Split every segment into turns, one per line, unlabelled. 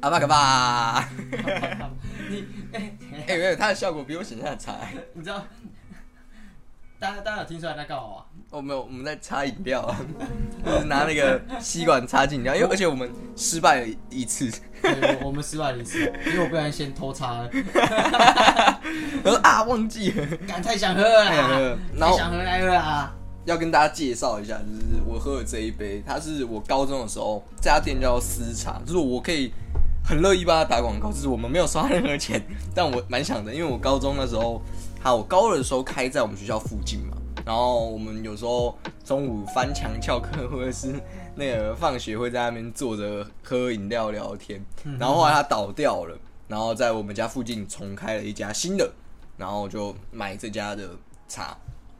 巴嘎巴。
你哎、
哎、没有，他的效果比我想象的差。
你知道，大家大家有听出来在干嘛 吗？
我们有我们在插饮料 啊，就是拿那个吸管插进饮料，因为而且我们失败了一次。
对我我们失败了一次，因为我不小心先偷插了，
我说啊，忘记了。 哎
敢太想喝了
太想喝了
啦，
然后
太想喝来喝啦。
要跟大家介绍一下，就是我喝的这一杯，它是我高中的时候这家店叫私茶，就是我可以很乐意帮他打广告，就是我们没有收他任何钱，但我蛮想的，因为我高中的时候，还有我高二的时候开在我们学校附近嘛，然后我们有时候中午翻墙翘课或者是那个放学会在那边坐着喝饮料聊天，然后后来它倒掉了，然后在我们家附近重开了一家新的，然后就买这家的茶。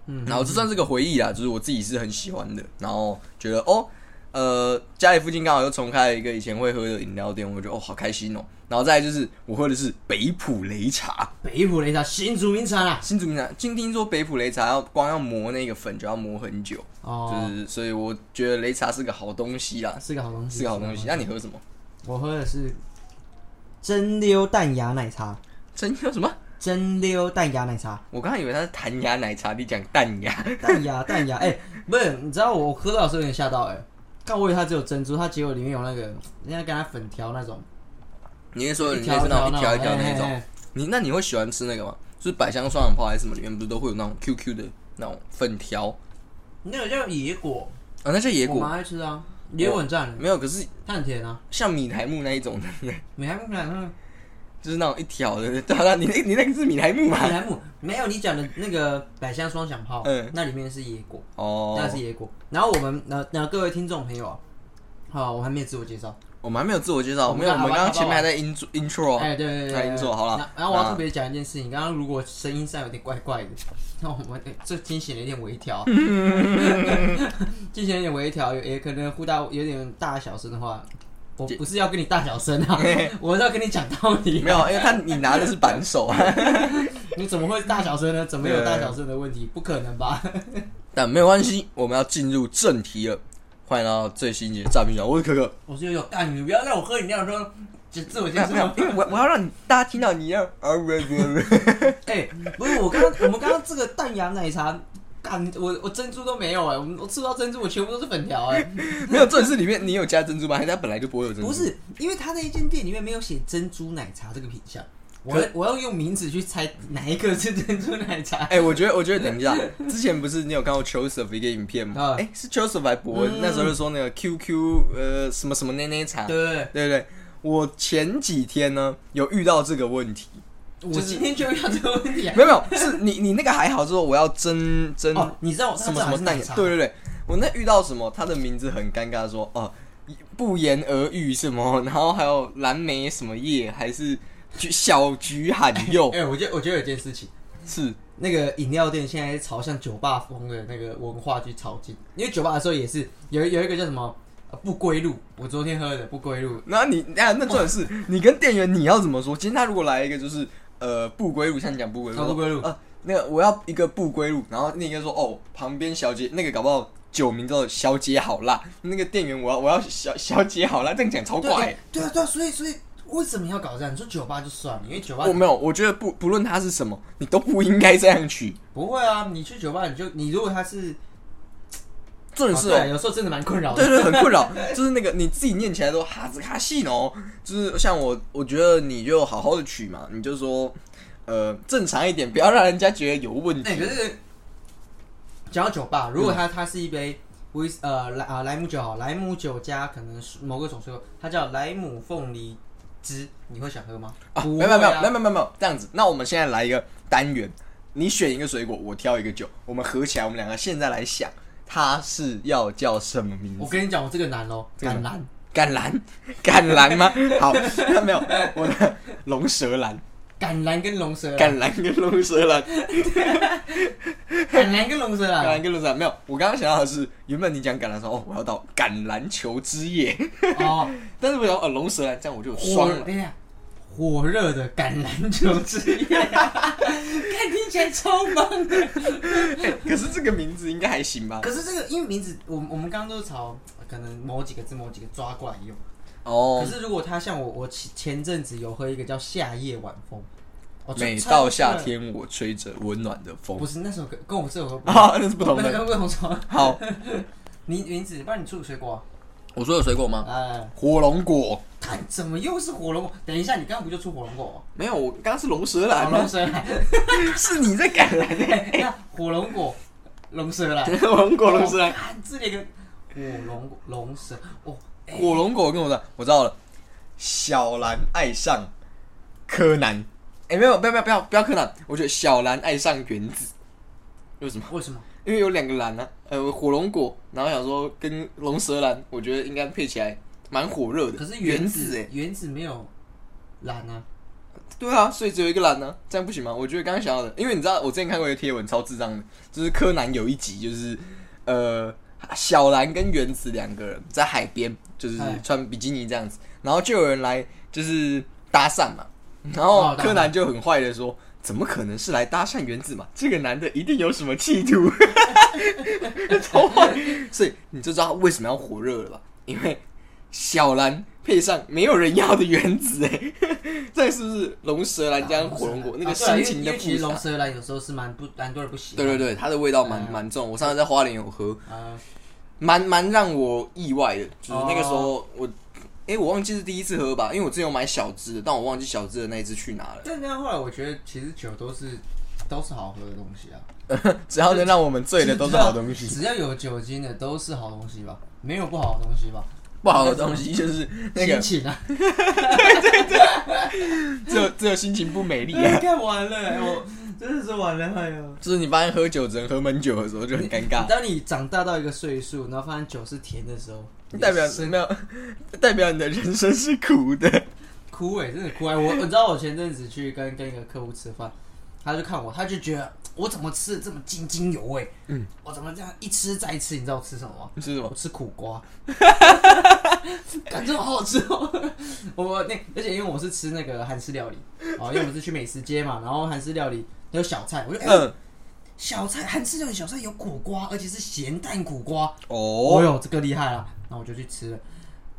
嗯，
然后这算是个回忆啦，就是我自己是很喜欢的，然后觉得哦，呃，家里附近刚好又重开了一个以前会喝的饮料店，我觉得哦好开心哦。然后再来就是我喝的是北普擂茶，
北浦擂茶新竹名产啊。
新竹名茶。今听说北普擂茶要光要磨那个粉就要磨很久，就
哦，啊
是所以我觉得擂茶是个好东西啦，
是个好东西，
是个好东西。那你喝什么？
我喝的是蒸馏淡雅奶茶，
真叫什么？
蒸馏淡雅奶茶，
我刚才以为它是弹牙奶茶，你讲淡牙。
淡雅淡雅。哎、不是，你知道我喝到的时候有点吓到哎、看我以为它只有珍珠，它结果里面有那个人家给它粉条那种，
你是说你
条
类似那种一条
条
一条那种？
哎哎
你那你会喜欢吃那个吗？就是百香双响炮还是什么？里面不是都会有那种 QQ 的那种粉条啊？
那个叫野果，
那叫野
我
果
蛮爱吃的啊，野果很赞，
没有，可是
它很甜啊，
像米苔木那一种的，
米莱姆米莱姆
就是那种一条的。对啊，你那你那个是米苔木
米
吗？
莱姆没有你讲的那个百香双响炮，
嗯
那里面是野果，那
哦，
是野果。然后我们呃，那各位听众朋友啊，好，我还没有自我介绍。
我们还没有自我介绍，
我
没
们
有，我
刚
们刚刚
好吧
前面还在 intro intro
哎，
哦。
对对对
他已
对，
经做好了
然然后我
啊
要特别讲一件事情，刚刚如果声音上有点怪怪的， 那我们哎这惊醒了有点微 调，啊惊醒了有点微调，有也可能忽大有点大小声的话，我不是要跟你大小声啊，我是要跟你讲道理
没。有，因为他你拿的是扳手 啊，
你怎么会大小声呢？怎么有大小声的问题？不可能吧？
但没有关系，我们要进入正题了。欢迎来到最新一集的诈骗小，我是可可。
我是有干，你不要让我喝饮料的时候只自我介
没有没有
绍。，
因为我我要让你大家听到 你要啊不不不，
哎，不是我刚刚我们刚刚这个淡雅奶茶。干我我珍珠都没有哎、我们我吃不到珍珠，我全部都是粉条哎、
没有，这里是里面你有加珍珠吗？还是它本来就不会有珍珠？
不是，因为他那一间店里面没有写珍珠奶茶这个品相，我要我要用名字去猜哪一个是珍珠奶茶。
哎、我觉得，我觉得，等一下，之前不是你有看过 Joseph 一个影片吗？
啊
哎、是 Joseph 还博文、
嗯
那时候就说那个 QQ 呃什么什么奶奶茶，对
对不对？
不对？我前几天呢有遇到这个问题，
我今天就遇到这个问题、啊。
没有没有，是你你那个还好，之后我要蒸蒸、
哦，你知道我
什么什么
奶
奶
茶？
对对对，我那遇到什么，他的名字很尴尬说哦不言而喻什么，然后还有蓝莓什么叶，还是菊小菊罕柚
哎、，我觉得我觉得有件事情，
是
那个饮料店现在朝向酒吧风的那个文化去朝进，因为酒吧的时候也是有有一个叫什么、呃不归路，我昨天喝的不归路，
那你那那重点是，你跟店员你要怎么说？今天他如果来一个就是呃不归路，像你讲不归路，
啊不归路
啊、呃，那个我要一个不归路，然后那个说哦旁边小姐那个搞不好酒名叫小姐好辣，那个店员我要我要小小姐好辣，这样讲超
对
怪、
哎对啊对啊，所以所以为什么要搞这样？你说酒吧就算了，因为酒吧
哦我没有，我觉得不不论它是什么，你都不应该这样取。
不会啊，你去酒吧你就你如果他是
重点是
哦对啊
哦，
有时候真的蛮困扰的。
对对，很 困扰，就是那个你自己念起来都哈兹卡西哦，就是像我，我觉得你就好好的取嘛，你就说呃正常一点，不要让人家觉得有问题。
哎、可是讲到酒吧，如果它它是一杯威斯呃莱啊莱姆酒好，莱姆酒加可能是某个种水果，它叫莱姆凤梨汁，你会想喝吗？
啊，
不
没
会
有没有没有
啊
没有没有没有，这样子，那我们现在来一个单元，你选一个水果，我挑一个酒，我们合起来，我们两个现在来想，它是要叫什么名
我
字？
跟你讲，我这个难哦，
这个
敢
难
难。
橄榄，橄榄吗？好，那没有，我的龙舌兰，
橄榄跟龙舌兰，
橄榄跟龙舌兰，
橄榄跟龙舌
橄
兰
榄，跟龙舌兰没有。我刚刚想到的是，原本你讲橄榄说，哦，我要到橄榄球之夜，
哦，
但是我想，哦，龙舌兰这样我就有
火
双了。
等一下，火热的橄榄球之夜， 看听起来超棒的。
可是这个名字应该还行吧？
可是这个因为名字，我们我们刚刚都是朝可能某几个字某几个抓过来用，
哦
可，是如果他像我，我前前阵子有喝一个叫夏夜晚风，哦这
每
超
到夏天，我吹着温暖的风。
不是那首歌，跟我这首歌 不
啊，那是不同的。
跟不同首。
好，
你 名字，不然你出个水果
我说有水果
啊？
吗？
哎，
火龙果
看怎么又是火龙果？等一下，你刚刚不就出火龙果？
没有，我刚刚是龙舌
火
兰啊
龙，舌兰，
是你在赶来的。
那火龙果，龙舌兰，
火龙果，龙舌兰，
看这里一个火龙果龙舌，哦，
火龙果跟我说，我知道了。小兰爱上柯南，哎，没有，不要不要不要不要柯南，我觉得小兰爱上原子，为什么？
为什么？
因为有两个兰啊，呃，火龙果，然后想说跟龙舌兰，我觉得应该配起来蛮火热的。
可是
原
原
子哎、
子原子没有蓝啊，
对啊，所以只有一个蓝呢、这样不行吗？我觉得刚刚想到的，因为你知道我之前看过一个贴文，超智障的，就是柯南有一集就是呃小兰跟原子两个人在海边，就是
哎
穿比基尼这样子，然后就有人来就是搭讪嘛，然后
哦搭讪
柯南就很坏的说。怎么可能是来搭讪原子嘛？这个男的一定有什么企图， 超坏。所以你就知道他为什么要火热了吧？因为小兰配上没有人要的原子，哎， 这是不是龙舌兰加火龙果那个
啊对啊
心情
因
的
为因为其实
复
龙
杂？
舌兰有时候是蛮不蛮多人不喜
对
欢。
对对，它的味道蛮
嗯
蛮重。我上次在花莲有喝，
啊，
蛮蛮让我意外的，就是那个时候
哦
我，哎，我忘记是第一次喝吧，因为我之前有买小支的，但我忘记小支的那一支去哪了。
但但后来我觉得其实酒都是都是好喝的东西啊，
只要能让我们醉的都是好东 西，
只要有酒精的都是好东西吧，没有不好的东西吧。
不好的东西就是那个
心，情啊，
只有只有心情不美丽啊。
哎干完了，哎我真的是完了，哎呦。
就是你发现喝酒只能喝闷酒的时候就很尴 尬，
当你长大到一个岁数，然后发现酒是甜的时候，
代表
也是
没有，代表你的人生是苦 的。
哭哎、真的哭哎、我你知道我前阵子去跟跟一个客户吃饭，他就看我，他就觉得我怎么吃的这么津津有味，嗯，我怎么这样一吃再吃？你知道我吃什么吗？
你吃什
我
么？
吃苦瓜，感觉好好吃哦。我那而且因为我是吃那个韩式料理哦，因为我们是去美食街嘛，然后韩式料理有小菜，我就哎、
嗯，
小菜韩式料理小菜有苦瓜，而且是咸蛋苦瓜，哦
哦，
哟，这个厉害了，那我就去吃了，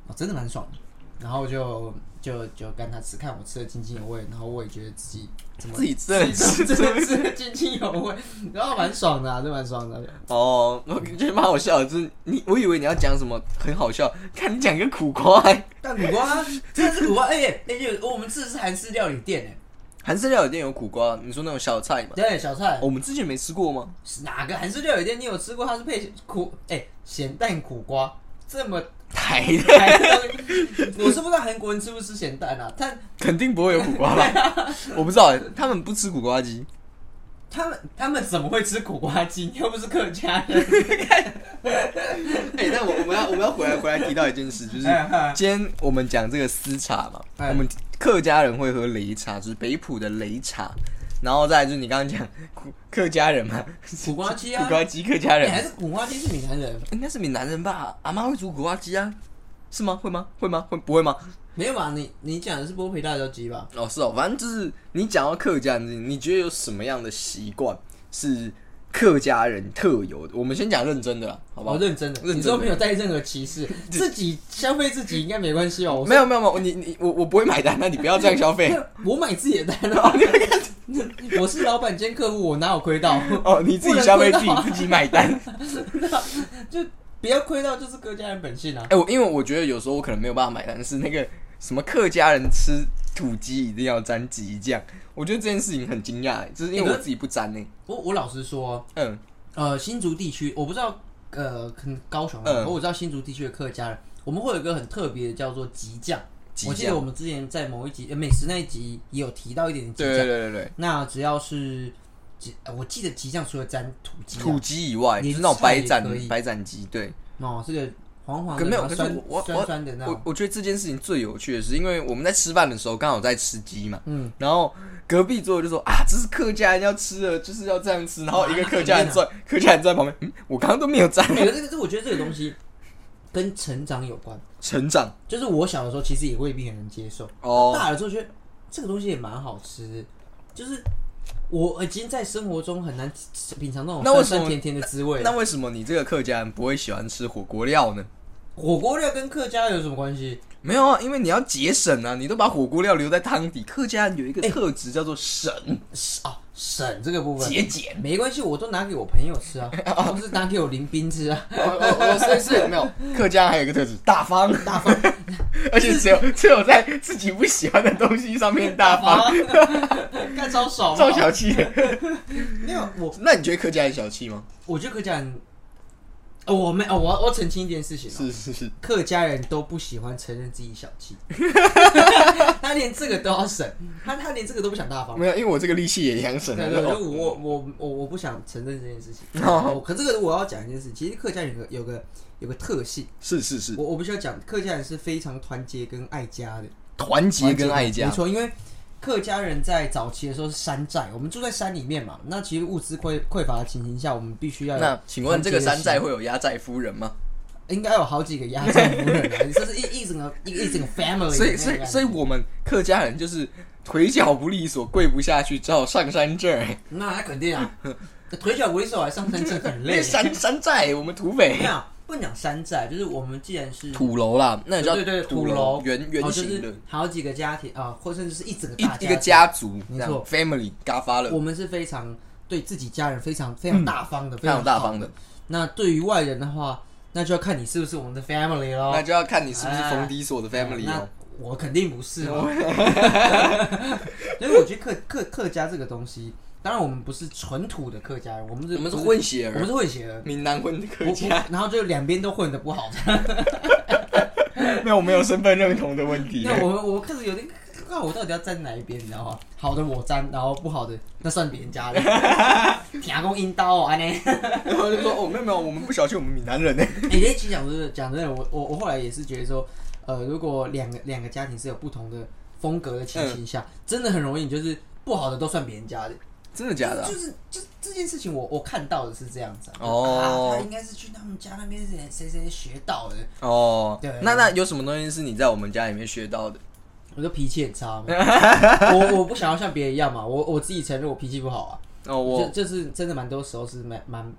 哦、真的蛮爽的。然后就就就跟他吃，看我吃的津津有味，然后我也觉得自己怎么
自己真的
自己
吃
怎么真的吃的津津有味，然后蛮爽的、啊，这蛮爽的。
哦，我觉得蛮好笑的，就是你，我以为你要讲什么很好笑，看你讲一个苦瓜、
但苦瓜真的是苦瓜，哎、哎、我们吃的是韩式料理店
韩式料理店有苦瓜，你说那种小菜嘛
哎、？对，小菜、
我们之前没吃过吗？
哪个韩式料理店你有吃过？它是配苦哎、咸蛋苦瓜这么
台的
台的东西，我是不知道韩国人吃不吃咸蛋啊，但
肯定不会有苦瓜吧？ 我不知道、欸他们不吃苦瓜鸡，
他们他们怎么会吃苦瓜鸡？又不是客家人。
哎、但我我们要我们要回来回来提到一件事，就是今天我们讲这个私茶嘛，
哎
我们客家人会喝擂茶，就是北浦的擂茶，然后再来就是你刚刚讲苦客家人嘛，
苦瓜鸡啊
苦瓜鸡客家
你
人
还是苦瓜鸡是闽南人？
应该是闽南人吧？阿妈会煮苦瓜鸡啊？是吗？会吗？会吗？会不会吗？
没有吧？你你讲的是剥皮辣椒鸡吧？
哦，是哦，反正就是你讲到客家人，你觉得有什么样的习惯是客家人特有的？我们先讲认真的啦，好不好？
我认真的，
认真的
你都没有带任何歧 视，自己消费自己应该没关系哦。我
没有没有没有，你你我我不会买单，那你不要这样消 费。
我买自己的单 啊！ 我是老板兼客户，我哪有亏到？
哦，你自己消费自己自己买单。
就不要亏到，就是客家人本性啊
哎、！我因为我觉得有时候我可能没有办法买单，是那个什么客家人吃土鸡一定要沾鸡酱，我觉得这件事情很惊讶、欸，就是因为我自己不沾呢、
我我老实说，
嗯，
呃，新竹地区我不知道，呃，可能高雄啊，
嗯
可我知道新竹地区的客家人，我们会有一个很特别的叫做吉酱。
鸡
我记得
酱。
我们之前在某一集、呃、美食那一集也有提到一点点吉
对
酱。
对对对对，
那只要是吉，呃我记得吉酱除了沾土鸡、
土
啊，
鸡以外，就
连
是那种白斩
菜也可以
白斩鸡。对，
哦，这个黄黄
可
的，
没有
然后
可是
酸
我我
酸酸的那
我
种，
我觉得这件事情最有趣的是，因为我们在吃饭的时候刚好在吃鸡嘛，
嗯，
然后隔壁桌就说啊，这是客家人要吃的，就是要这样吃。然后一个客家人坐，客家人坐在旁边，嗯，我刚刚都没有沾。
哎可是这个这我觉得这个东西跟成长有关，
成长
就是我小的时候其实也未必很能接受，
哦，
大了之后觉得这个东西也蛮好吃，就是。我已经在生活中很难品尝那种
那为
酸
什么
酸甜甜的滋味了。
那为什么你这个客家人不会喜欢吃火锅料呢？
火锅料跟客家有什么关系？
没有啊，因为你要节省啊，你都把火锅料留在汤底。客家人有一个特质叫做省、
是哦，省这个部分
节哦俭。
没关系，我都拿给我朋友吃 啊，不是拿给我林斌吃啊，
我我我所以是没有客家还有一个特质 大方，
大方
而且只有只有在自己不喜欢的东西上面大 方。，
干超爽 啊。
超小气的，
没有我，
那你觉得客家人小气吗？我
我觉得客家人，哦我没哦，我要我要澄清一件事情、哦，
是是是，
客家人都不喜欢承认自己小气，他连这个都要省，他他连这个都不想大方。
没有，因为我这个力气也想省
哦对
了。
对，就我我我我不想承认这件事 情。
哦
哦，可这个我要讲一件事，其实客家人有个有个有个特性，
是是是，
我我必须要讲，客家人是非常团结跟爱家的，
团结跟爱
没
家，
错，因为客家人在早期的时候是山寨，我们住在山里面嘛，那其实物资匮匮乏的情形下，我们必须要有
那请问这个
团结的
山
心
寨会有压寨夫人吗？应
应该有好几个压寨夫人啊， 这是一一整个一个一整个 family，
所以，所以，所以我们客家人就是腿脚不利索，跪不下去，只好上山这儿。
那那肯定啊， 腿脚猥琐还上山真的很累
那。 山山寨，我们土
没
匪
有，不能讲山寨，就是我们既然是
土楼啦，那叫
对对对
土
楼
圆
哦
圆
就
形
是
的，
好几个家庭啊、或甚至是一整个大
一一个
家
家族，
没
这样
错
family 嘎发
庭，
了，
我们是非常对自己家人非常非常大方
嗯
的，
非常大
好
方的。
那对于外人的话，那就要看你是不是我们的 family 咯。
那就要看你是不是
哦哎
冯迪所的 family
那
哦。
我肯定 不是嘛。所以我觉得客客客家这个东西，当然我们不是纯土的客家人，我们是
我们是
不
混血
我们
儿，
是混血的，
闽南混客
我
家，
我然后就两边都混的不好。
没有没有身份认同的问题。
那我我开始有点，那我到底要站哪一边，你知道吗？好的我站，然后不好的那算别人家 的，天公阴刀啊呢。
然后就说哦，没有没有，我们不小心我们闽南人 呢。
哎、欸，其实讲真的，讲真的，我我我后来也是觉得说，呃，如果两个两个家庭是有不同的风格的
嗯
情形下，真的很容易，你就是不好的都算别人家的。
真的假的啊
就？是就这件事情我，我看到的是这样子、啊。
哦
啊他应该是去他们家那边谁谁谁学到的。
哦
对，
那那有什么东西是你在我们家里面学到的？
我说脾气 很差嘛，我我不想要像别人一样嘛，我我自己承认我脾气不好啊。
哦，
就
我
就是真的蛮多时候是蛮蛮，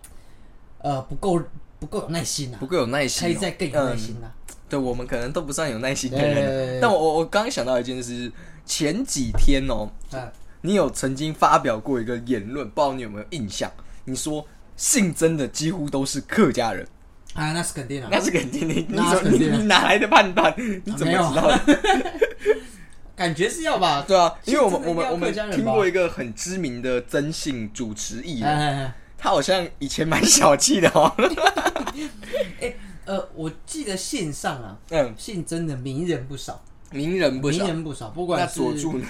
呃，不够不够有耐心啊
不，够有耐心
可
哦，
以再更有耐心啊。
对我们可能都不算有耐心的
对对
人。啊
对对
但我我我刚想到一件事，是前几天哦，
嗯
你有曾经发表过一个言论，不知道你有没有印象？你说姓曾的几乎都是客家人，
啊，那是肯定啊。
那是肯定的。你
那
怎
是
么
肯
你
定啊
你哪来的判断？你怎么
没有啊
知道 的？
感觉是要吧？
对 啊，因为我们我
姓曾的
们我们
应该要客家人吧
听过一个很知名的曾姓主持艺
哎
人，
哎
他好像以前蛮小气的哦。
哎，呃，我记得线上啊，
嗯，
姓曾的名人不少，
名人不
名
少。
人不少，不
那
管是
佐助呢？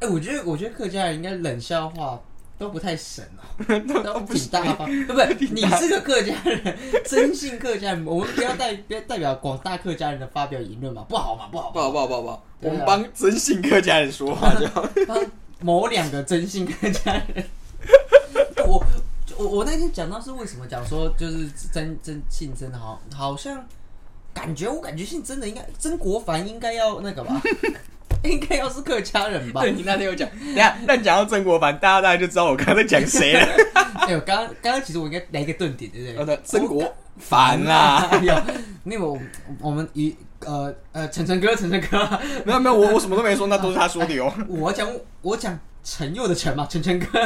哎，我觉得我觉得客家人应该冷笑话。都不太神 哦，都不挺大方，不不，你是个客家人，真姓客家人，我们不要代不要代表广大客家人的发表言论嘛，不好嘛，不好，
不好不好不好不好，
哦对
我
啊
们帮曾姓客家人说 话就好。
帮某两个真心客家人。我我我那天讲到是为什么讲说就是真真姓真的好，好像感觉我感觉姓真的应该曾国藩应该要那个吧， 应该要是客家人吧
对。你那天有讲，等一下，但讲到曾国藩，大家大概就知道我刚才在讲谁了。
哎呦，刚刚刚刚其实我应该来一个顿点，对不
哦
对？
对 曾国藩啊啦，
哎呦，那个我我们一呃呃，晨晨哥，晨晨哥，
没有没有，我我什么都没说，那都是他说的哦哟。
我讲我讲陈佑的陈嘛，晨晨哥，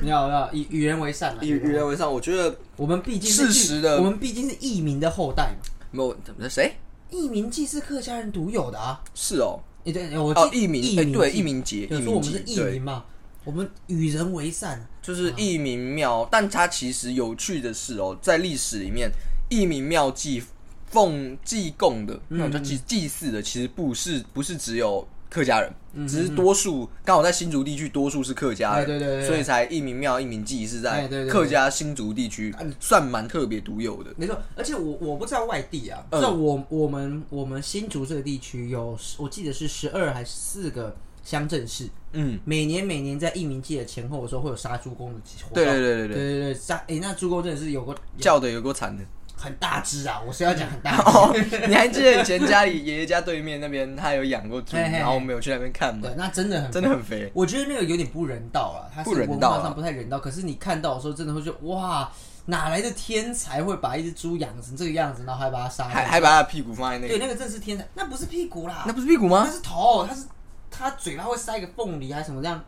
你好，你好，以与人为善嘛，
与与人为善，我觉得
我们毕竟
事
是
实的
我们毕竟是艺民的后代嘛。
没有怎么谁
艺民既是客家人独有的啊，
是哦
诶对，我
哦，
记
艺名
艺
哎
民
对，
记
艺名节，艺
有时候我
名
们
节
是艺民
对，
嘛，我们与人为善，啊
就是艺名庙。但它其实有趣的是哦，在历史里面，艺名庙祭奉祭供的，
嗯
那种叫祭祭祀的，其实不是不是只有客家
嗯
人，只是多数刚好在新竹地区，多数是客家人。
哎对对对对
所以才一民庙一民祭是在
哎对对啊对
客家新竹地区算蛮特别独有的。
没错。而且我我不知道外地啊，
嗯
在我我们我们新竹这个地区有，我记得是十二还是四个乡镇市，
嗯，
每年每年在艺民季的前后的时候会有杀猪公的活动。
对对对对
对
对，
对对，杀哎、那猪公真的是有个
叫的有够惨的，
很大只啊，我是要讲很大只。
哦，你还记得以前家里爷爷家对面那边他有养过猪，
嘿嘿嘿
然后我们有去那边看嘛
对，，那真的很，
真的很 肥。
我觉得那个有点不人道了，它是
不人
文
道
化
啊
上不太人道。可是你看到的时候，真的会觉得哇，哪来的天才会把一只猪养成这个样子，然后还把它杀
还
了？
还把他的屁股放在那
对，
里，
那个真的是天才，那不是屁股啦，
那不是屁股吗
那？是头，它是它嘴巴会塞一个缝里还啊是什么这样，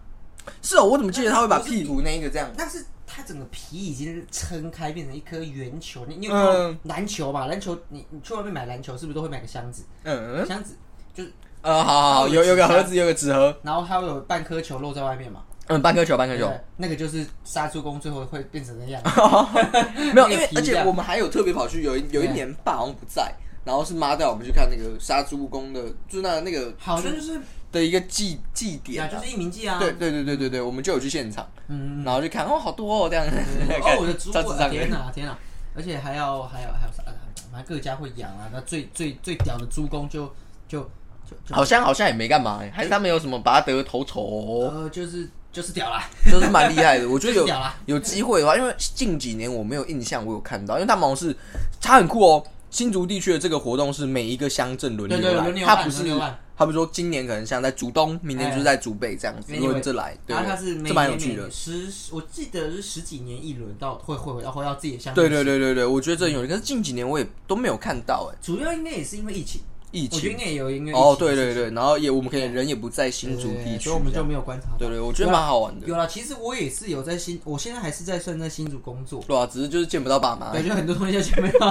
是哦，我怎么记得他会把屁股那一个这样？
但是它整个皮已经撑开变成一颗圆球。你你有看过
嗯
篮球嘛？篮球你你去外面买篮球是不是都会买个箱子？
嗯，
箱子就是，
呃，好好好，有有个盒子，有个纸盒，
然后它会有半颗球露在外面嘛？
嗯，半颗球，半颗
对
球
不，对，那个就是杀猪工最后会变成那
啊
样。
没有，
那个
因为
皮
而且
这样
我们还有特别跑去，有一有一
对
年爸好像不在，然后是妈带我们去看那个杀猪工的，就是那那个
好像就是
的一个祭祭典啊，
啊，就是一鸣记啊。
对，对对对对对，我们就有去现场，
嗯，
然后就看哦，好多哦这样，
哦，我的猪
超智
啊！
障
天
的，
哪，天哪！而且还要还有还有啥的，反正各家会养啊。那最最最屌的猪公就就就就
好像好像也没干嘛，欸还是他们有什么拔得头筹，
呃就是就是屌啦，
就是蛮厉害的。我觉得有
就是屌啦
有机会的话，因为近几年我没有印象，我有看到，因为他们好像是它很酷哦。新竹地区的这个活动是每一个乡镇轮
对
流
对
来
轮，流
它
办
不是
轮流办，
他们说今年可能像在竹东，明年就是在竹北这样子
哎
轮着来，对
然后它是，每
这蛮有
年每
趣的
年。十，我记得是十几年一轮到会会回到回到自己的乡。
对对，对对对，我觉得这很有趣，可是近几年我也都没有看到哎，
主要应该也是因为疫情，
疫
我觉得应
情
该也有因为疫
哦，
情
对
的
对
事情
对，然后也我们可能人也不在新竹
对
地区
所以我们
这
就
样，
没有观察到。
对对，我觉得蛮好玩的，
有啦，其实我也是有在新，我现在还是在算在新竹工作，
对啊，只是就是见不到爸妈，
感觉很多东西就全没有。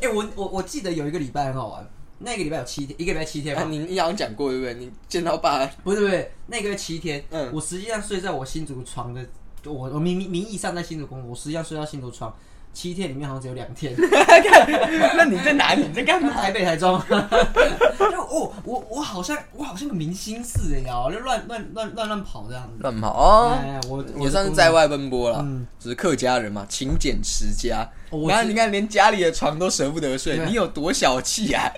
哎、我我我记得有一个礼拜很好玩，那个礼拜有七天，一个礼拜七天
啊
嘛，
你你好像讲过对不对？你见到爸，
不是不是，那个七天，
嗯
我实际上睡在我新竹床的，我我名名名义上在新竹工作，我实际上睡到新竹床，七天里面好像只有两天，
那你在哪里？你在干嘛？
台北台中， 就哦，我我好像我好像个明星似的，你知道吗？就乱乱乱乱乱跑这样子。
乱跑哦，
哎，我我
也算是
工
在外奔波啦
嗯，
只是客家人嘛，勤俭持家。
哦我
然后
是
你看，连家里的床都舍不得睡，
对
你有多小气 啊？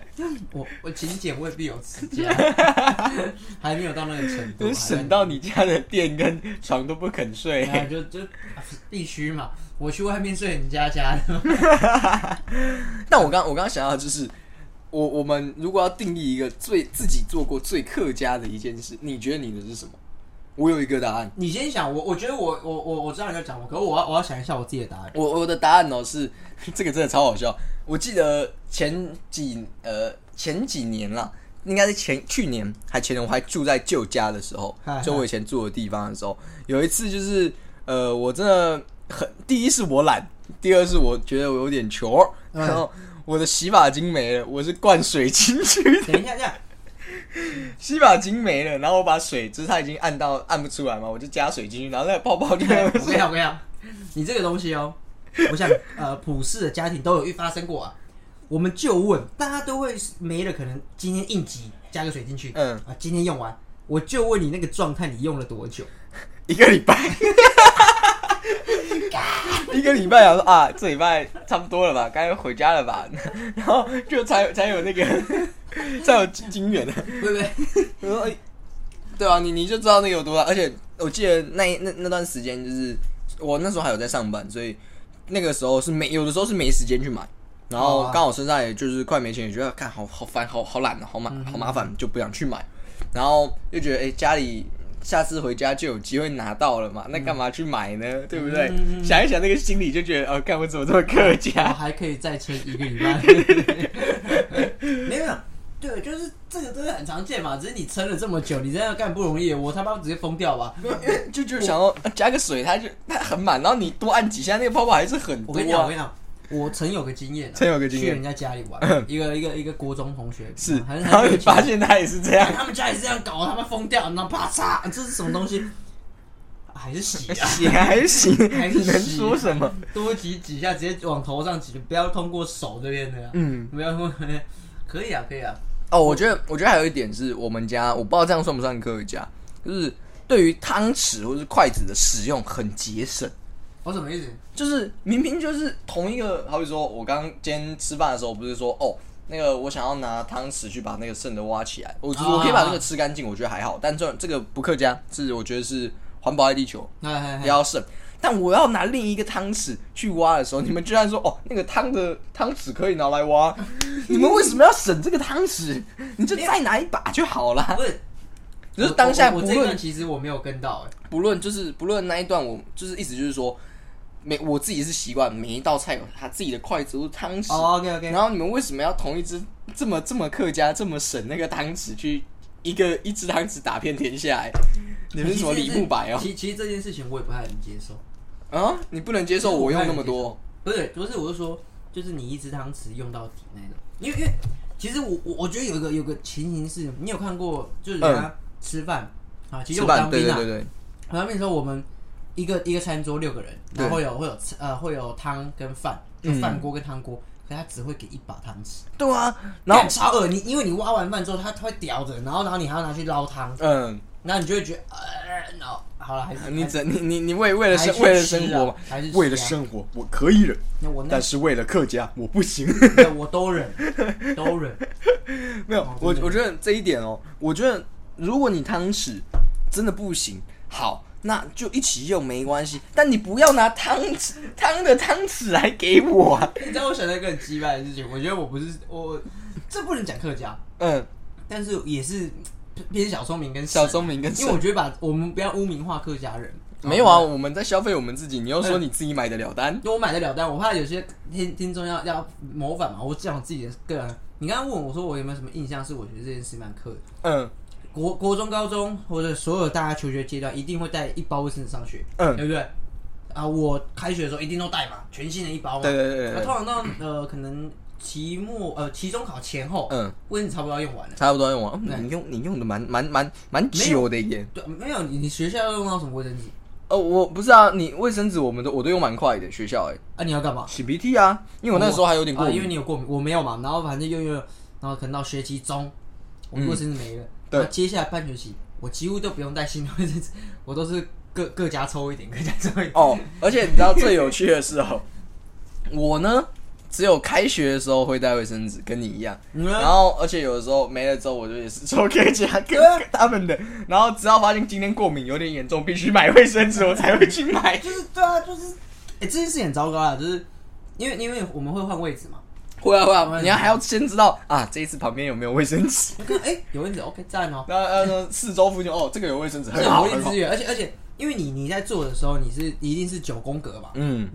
我我勤俭未必有 持家，还没有到那个程
就
度，
是省到你家的电跟床都不肯睡。
哎，就就必须嘛！我去外面睡人家家的，
但我刚我刚刚想到的就是，我我们如果要定义一个最自己做过最客家的一件事，你觉得你的是什么？我有一个答案，
你先想，我我觉得我我我我知道你要讲我，可我要我要想一下我自己的答案。
我我的答案哦是这个真的超好笑。我记得前几呃前几年啦，应该是前去年还前年，我还住在旧家的时候
嗨嗨，
就我以前住的地方的时候，有一次就是呃，我真的很第一是我懒，第二是我觉得我有点穷，
嗯
然后我的洗发精没了，我是灌水进去的
等一下，这样
洗发精没了，然后我把水，就是它已经按到按不出来嘛，我就加水进去，然后那个泡泡就
我跟你讲，我跟你讲，你这个东西哦，我想呃，普世的家庭都有遇发生过啊。我们就问，大家都会没了，可能今天应急加个水进去，
嗯
啊，今天用完，我就问你那个状态，你用了多久？
一个礼拜，一个礼拜，想说啊，这礼拜差不多了吧，该回家了吧，然后就才才有那个才有金元的，
对不对？
我说哎对啊，你你就知道那个有多大，而且我记得那那那段时间就是我那时候还有在上班，所以那个时候是没有的时候是没时间去买，然后
哦
刚好身上也就是快没钱，也觉得看好好烦，好好懒啊，好
嗯
麻好麻烦，就不想去买，然后又觉得哎、家里。下次回家就有机会拿到了嘛，那干嘛去买呢？对不对？
嗯嗯嗯嗯
想一想那个心理就觉得，哦，看我怎么这么客啊
然后
家？
还可以再撑一个礼拜。 没有，没有，对，就是这个真的很常见嘛。只是你撑了这么久，你这样干不容易，我他妈直接疯掉 吧！
就就想要加个水，它就它很满，然后你多按几下，那个泡泡还是很
我
多、
跟你讲，我
啊
跟。你讲，我曾有个经验啊、
曾有个经验嗯
去人家家里玩，一个一个一个国中同学啊
是，
还是
然后你发
现。
现他也是这样
干哎，他们家也是这样搞，他们疯掉，然后啪嚓，这是什么东西？还是洗 啊，
洗还行，
还是
你能
洗
说什么？
多挤几下，直接往头上挤，不要通过手这边的、啊，
嗯，
不要通过，可以啊，可以啊，
哦，我觉得，我觉得还有一点是我们家，我不知道这样算不算科学家，就是对于汤匙或是筷子的使用很节省。
我什么意思？
就是明明就是同一个，好比说，我刚今天吃饭的时候不是说哦，那个我想要拿汤匙去把那个剩的挖起来，我就是
啊
我可以把这个吃干净，我觉得还好。但这这个不客家是我觉得是环保爱地球，
哎哎哎
不要剩。但我要拿另一个汤匙去挖的时候，你们居然说哦，那个汤的汤匙可以拿来挖，你们为什么要省这个汤匙？你就再拿一把就好啦。
不是，
只是当下不
我我我这一
论
段其实我没有跟到、哎，
不论就是不论那一段我，就是意思就是说，每我自己是习惯每一道菜有它自己的筷子或汤匙。
哦，OK OK，
然后你们为什么要同一只这么这么客家这么省那个汤匙去一个一只汤匙打遍天下、欸？你们是什么李不白哦？
其其实这件事情我也不太能接受，
啊，你不能接受我用那么多？
不是不是，我是说，就是你一只汤匙用到底那种，因为因为其实我我我觉得有一个有个情形是，你有看过就是人家吃饭、啊，其
嗯
实
吃
我
饭
当
对
兵
对
啊，
对对，
我当兵的时候我们。一个一个餐桌六个人，然后会有会有吃呃会有汤跟饭，有
嗯
饭锅跟汤锅，可他只会给一把汤匙，
对啊，然后
干超恶你，因为你挖完饭之后，它它会叼着，然后然后你还要拿去捞汤，
嗯，
然后你就会觉得，呃，然后好了，还是
你
还是
怎你你你为为了
还是
生为了
吃啊
生活嘛
还是，吃啊
为了生活我可以忍，
那我那哦
但是为了客家我不行。
个我都 忍，都忍，
没有
哦，
我
真的
我觉得这一点哦，我觉得如果你汤匙真的不行，好，那就一起用没关系，但你不要拿汤匙汤的汤匙来给我啊。
你知道我想到一个很鸡掰的事情，我觉得我不是我这不能讲客家，
嗯，
但是也是偏小聪明跟
小
聪，
聪明跟
因为我觉得把我们不要污名化客家人，
没有啊，我们在消费我们自己，你又
嗯
说你自己买得了单，
因为我买得了单，我怕有些听听众要要谋反嘛，我讲我自己的个人。你刚刚问我说我有没有什么印象，是我觉得这件事蛮客
嗯
国国中、高中或者所有大家求学阶段，一定会带一包卫生纸上学，
嗯，
对不对？啊，我开学的时候一定都带嘛，全新的一包嘛。
对对对
啊
对对，
通常到呃，可能期末呃，期中考前后，
嗯，
卫生纸差不多要用完了。
差不多用完，
对
嗯你用你用的蛮蛮蛮蛮久的耶。
对，没有你，你学校要用到什么卫生纸
哦，我不是啊，你卫生纸我们都我都用蛮快的，学校哎，
啊？你要干嘛？
洗鼻涕啊，因为我那时候还有点过
啊，因为
敏，
你有过敏，我没有嘛。然后反正用用，用然后可能到学期中，我卫生纸没了。
嗯对
然后接下来半学期，我几乎都不用带新的卫生纸， 我都是各各家抽一点， 各家抽一点。
哦， 而且你知道最有趣的是哦，我呢只有开学的时候会带卫生纸，跟你一样。
嗯
然后，而且有的时候没了之后，我就也是抽给家跟他们的。然后，只要发现今天过敏有点严重，必须买卫生纸，我才会去 买。
就是对啊，就是哎、这件事情很糟糕啊，就是因为因为我们会换位置嘛，
会啊会啊，你要还要先知道啊，这一次旁边有没有卫生纸。
我看哎、有位置 OK 赞哦，
然后，然后四周附近哦，这个有卫生纸，很好
有
很
位
好
资。源，而且而且因为你你在做的时候你是你一定是九宫格嘛，
嗯，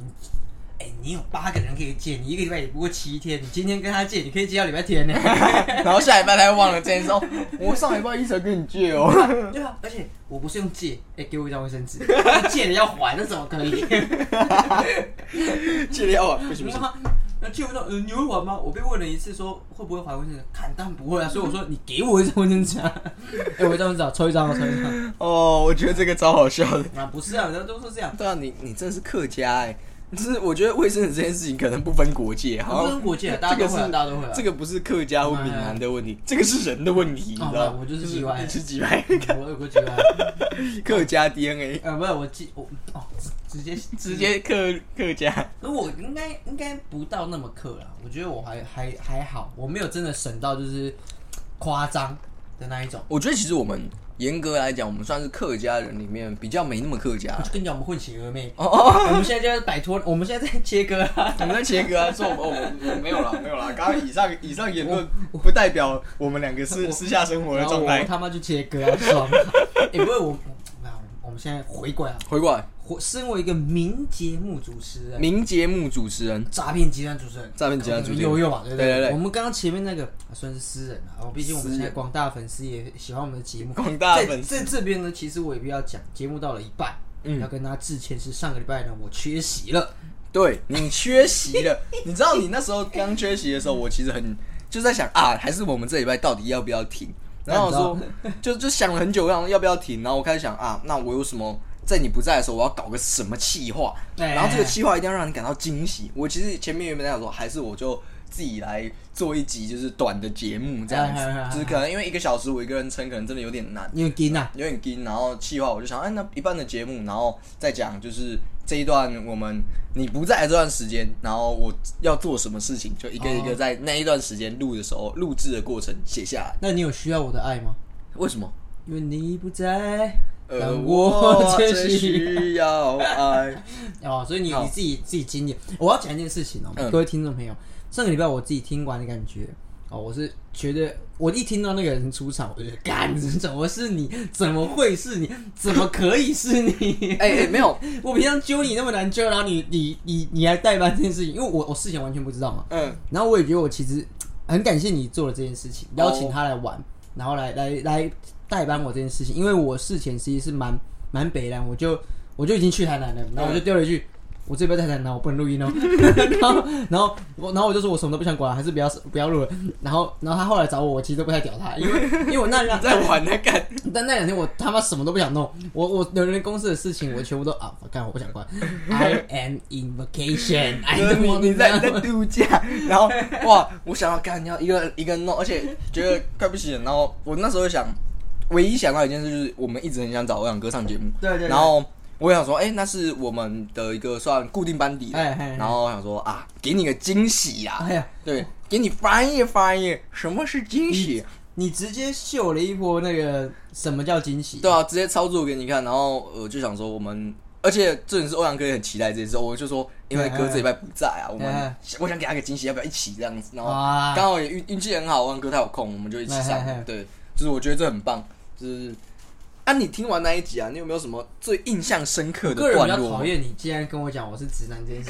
哎、你有八个人可以借，你一个礼拜也不过七天，你今天跟他借，你可以借到礼拜天 呢，
然后下礼拜他又忘了这件事哦，我上礼拜一才跟你借哦。
对啊，而且我不是用借，哎、给我一张卫生纸， 你借了要还，那怎么 可以？
借料啊，不行不行。
那借不到，呃，你会还吗？我被问了一次，说会不会还卫生纸？看，当然不会 啊。所以我说，你给我一张卫生纸啊！ 哎、我一张卫生纸啊，抽一张啊，抽一张。
哦，我觉得这个超好笑的。
啊，不是啊，人家都说这样，
对啊，你你真的是客家哎、就是我觉得卫生纸这件事情可能不分国界，好
不
像
分国界，大家
这
都
个
会啊，
是
大家都会啊。
这个不是客家或闽南的问题，这个是人的问题，你知
哦
道吗？
我就是几歪
你是几歪，
个啊嗯我有过几万，
客家 DNA，
呃，不是我记我哦，直接
直，接客客家。
如果我应该应该不到那么克啦，我觉得我还还还好，我没有真的省到就是夸张的那一种，
我觉得其实我们严格来讲，我们算是客家人里面比较没那么客家。啊
就跟你讲我们混血儿妹，
哦哦，
我们现在就要摆脱，我们现在在切割啊，
我们在切割啊，说我们我我没有 啦，没有啦。刚刚以上以上言论不代表我们两个私私下生活的
然后
状
我
态。
他妈就切割啊，爽，也、不会我。我我们现在回过来，啊
回过来，
回身为一个名节目主持人，
名节目主持人，
诈骗集团主持人，
诈骗集团主持人
悠悠嘛，对不
对对对
我们刚刚前面那个、啊算是私人啊，哦毕竟我们
私
现在
人
广大粉丝也喜欢我们的节目。
广大
在
粉丝
在这边呢，其实我也必须要讲，节目到了一半，
嗯
要跟大家致歉，是上个礼拜呢我缺席了，
对你缺席了，你知道你那时候刚缺席的时候，我其实很就在想啊，还是我们这礼拜到底要不要停？然后我说
那，
就就想了很久，要要不要停？然后我开始想啊，那我有什么在你不在的时候，我要搞个什么气话？
哎
然后这个气话一定要让你感到惊喜。我其实前面原本在想说，还是我就自己来做一集就是短的节目这样
哎哎哎哎
子，就是可能因为一个小时我一个人撑，可能真的有点难。
因为金啊，
有点惊，然后气话我就想，哎，那一半的节目，然后再讲就是这一段我们你不在的这段时间，然后我要做什么事情，就一个
哦
一个在那一段时间录的时候，录制的过程写下来。
那你有需要我的爱吗？
为什么？
因为你不在，
而
但
呃我
我
却
却
需要爱。
哦，所以你
好
你自己自己经历。我要讲一件事情哦，
嗯
各位听众朋友，上个礼拜我自己听完的感觉哦，我是觉得我一听到那个人出场，我就觉得干，怎么是你？怎么会是你？怎么可以是你？
哎、哎，没有，
我平常揪你那么难揪，然后你你你你还代班这件事情，因为我我事前完全不知道嘛。
嗯，
然后我也觉得我其实很感谢你做了这件事情，邀请他来玩，
哦
然后来来来代班我这件事情，因为我事前其实是蛮蛮北南，我就我就已经去台南了，
嗯
然后我就丢了一句。我这边在台南，我不能录音 哦。然后，然后我，然后我就说，我什么都不想管，还是不要不要录了。然后，然后他后来找我，我其实都不太屌他，因为因为我那两
你在玩呢，干。
但那两天我他妈什么都不想弄，我我有人公司的事情我全部都啊，我干我不想管。I am in vacation, I
就是
don't
你
want
你在你在
to
度假， 然后哇，我想要干，要一个一个人弄，而且觉得快不行。然后我那时候想，唯一想到一件事就是，我们一直很想找欧阳哥上节目，
对对对
然后我想说，哎、那是我们的一个算固定班底的，
哎哎哎
然后我想说啊，给你个惊喜呀、
哎呀，
对，给你翻译翻译，什么是惊喜？
你直接秀了一波那个什么叫惊喜？
对啊，直接操作给你看，然后我就想说我们，而且这也是欧阳哥也很期待这件事，我就说因为哥这礼拜不在啊，我们
哎
我想给他个惊喜，要不要一起这样子？然后
哇
刚好也运运气很好，欧阳哥他有空，我们就一起上
哎哎哎。
对，就是我觉得这很棒，就是啊，你听完那一集啊，你有没有什么最印象深刻
我
的
个人比
段
较
落
讨？厌你，竟然跟我讲我是直男这件事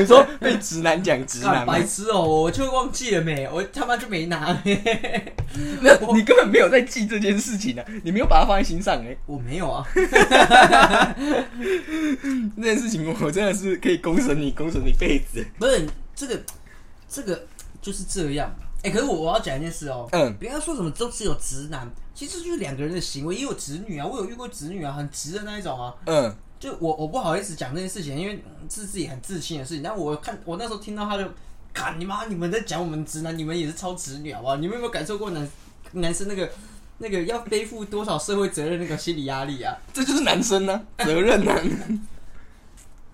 你说被直男讲直
干
男吗
白？痴哦、我就忘记了没，我他妈就没拿没，
没有，你根本没有在记这件事情啊，你没有把它放在心上哎、
我没有啊，
这件事情我真的是可以公审你，公审你一辈子。
不是这个这个就是这样。哎、可是我我要讲一件事哦、
嗯，
别人说什么都只有直男，其实就是两个人的行为，也有直女啊，我有遇过直女啊，很直的那一种啊。
嗯，
就我我不好意思讲这件事情，因为嗯是自己很自信的事情。但我看我那时候听到他就，看你妈，你们在讲我们直男，你们也是超直女好不好？你们有没有感受过男男生那个 那个要背负多少社会责任那个心理压力啊？
这就是男生 呢、责任呢、啊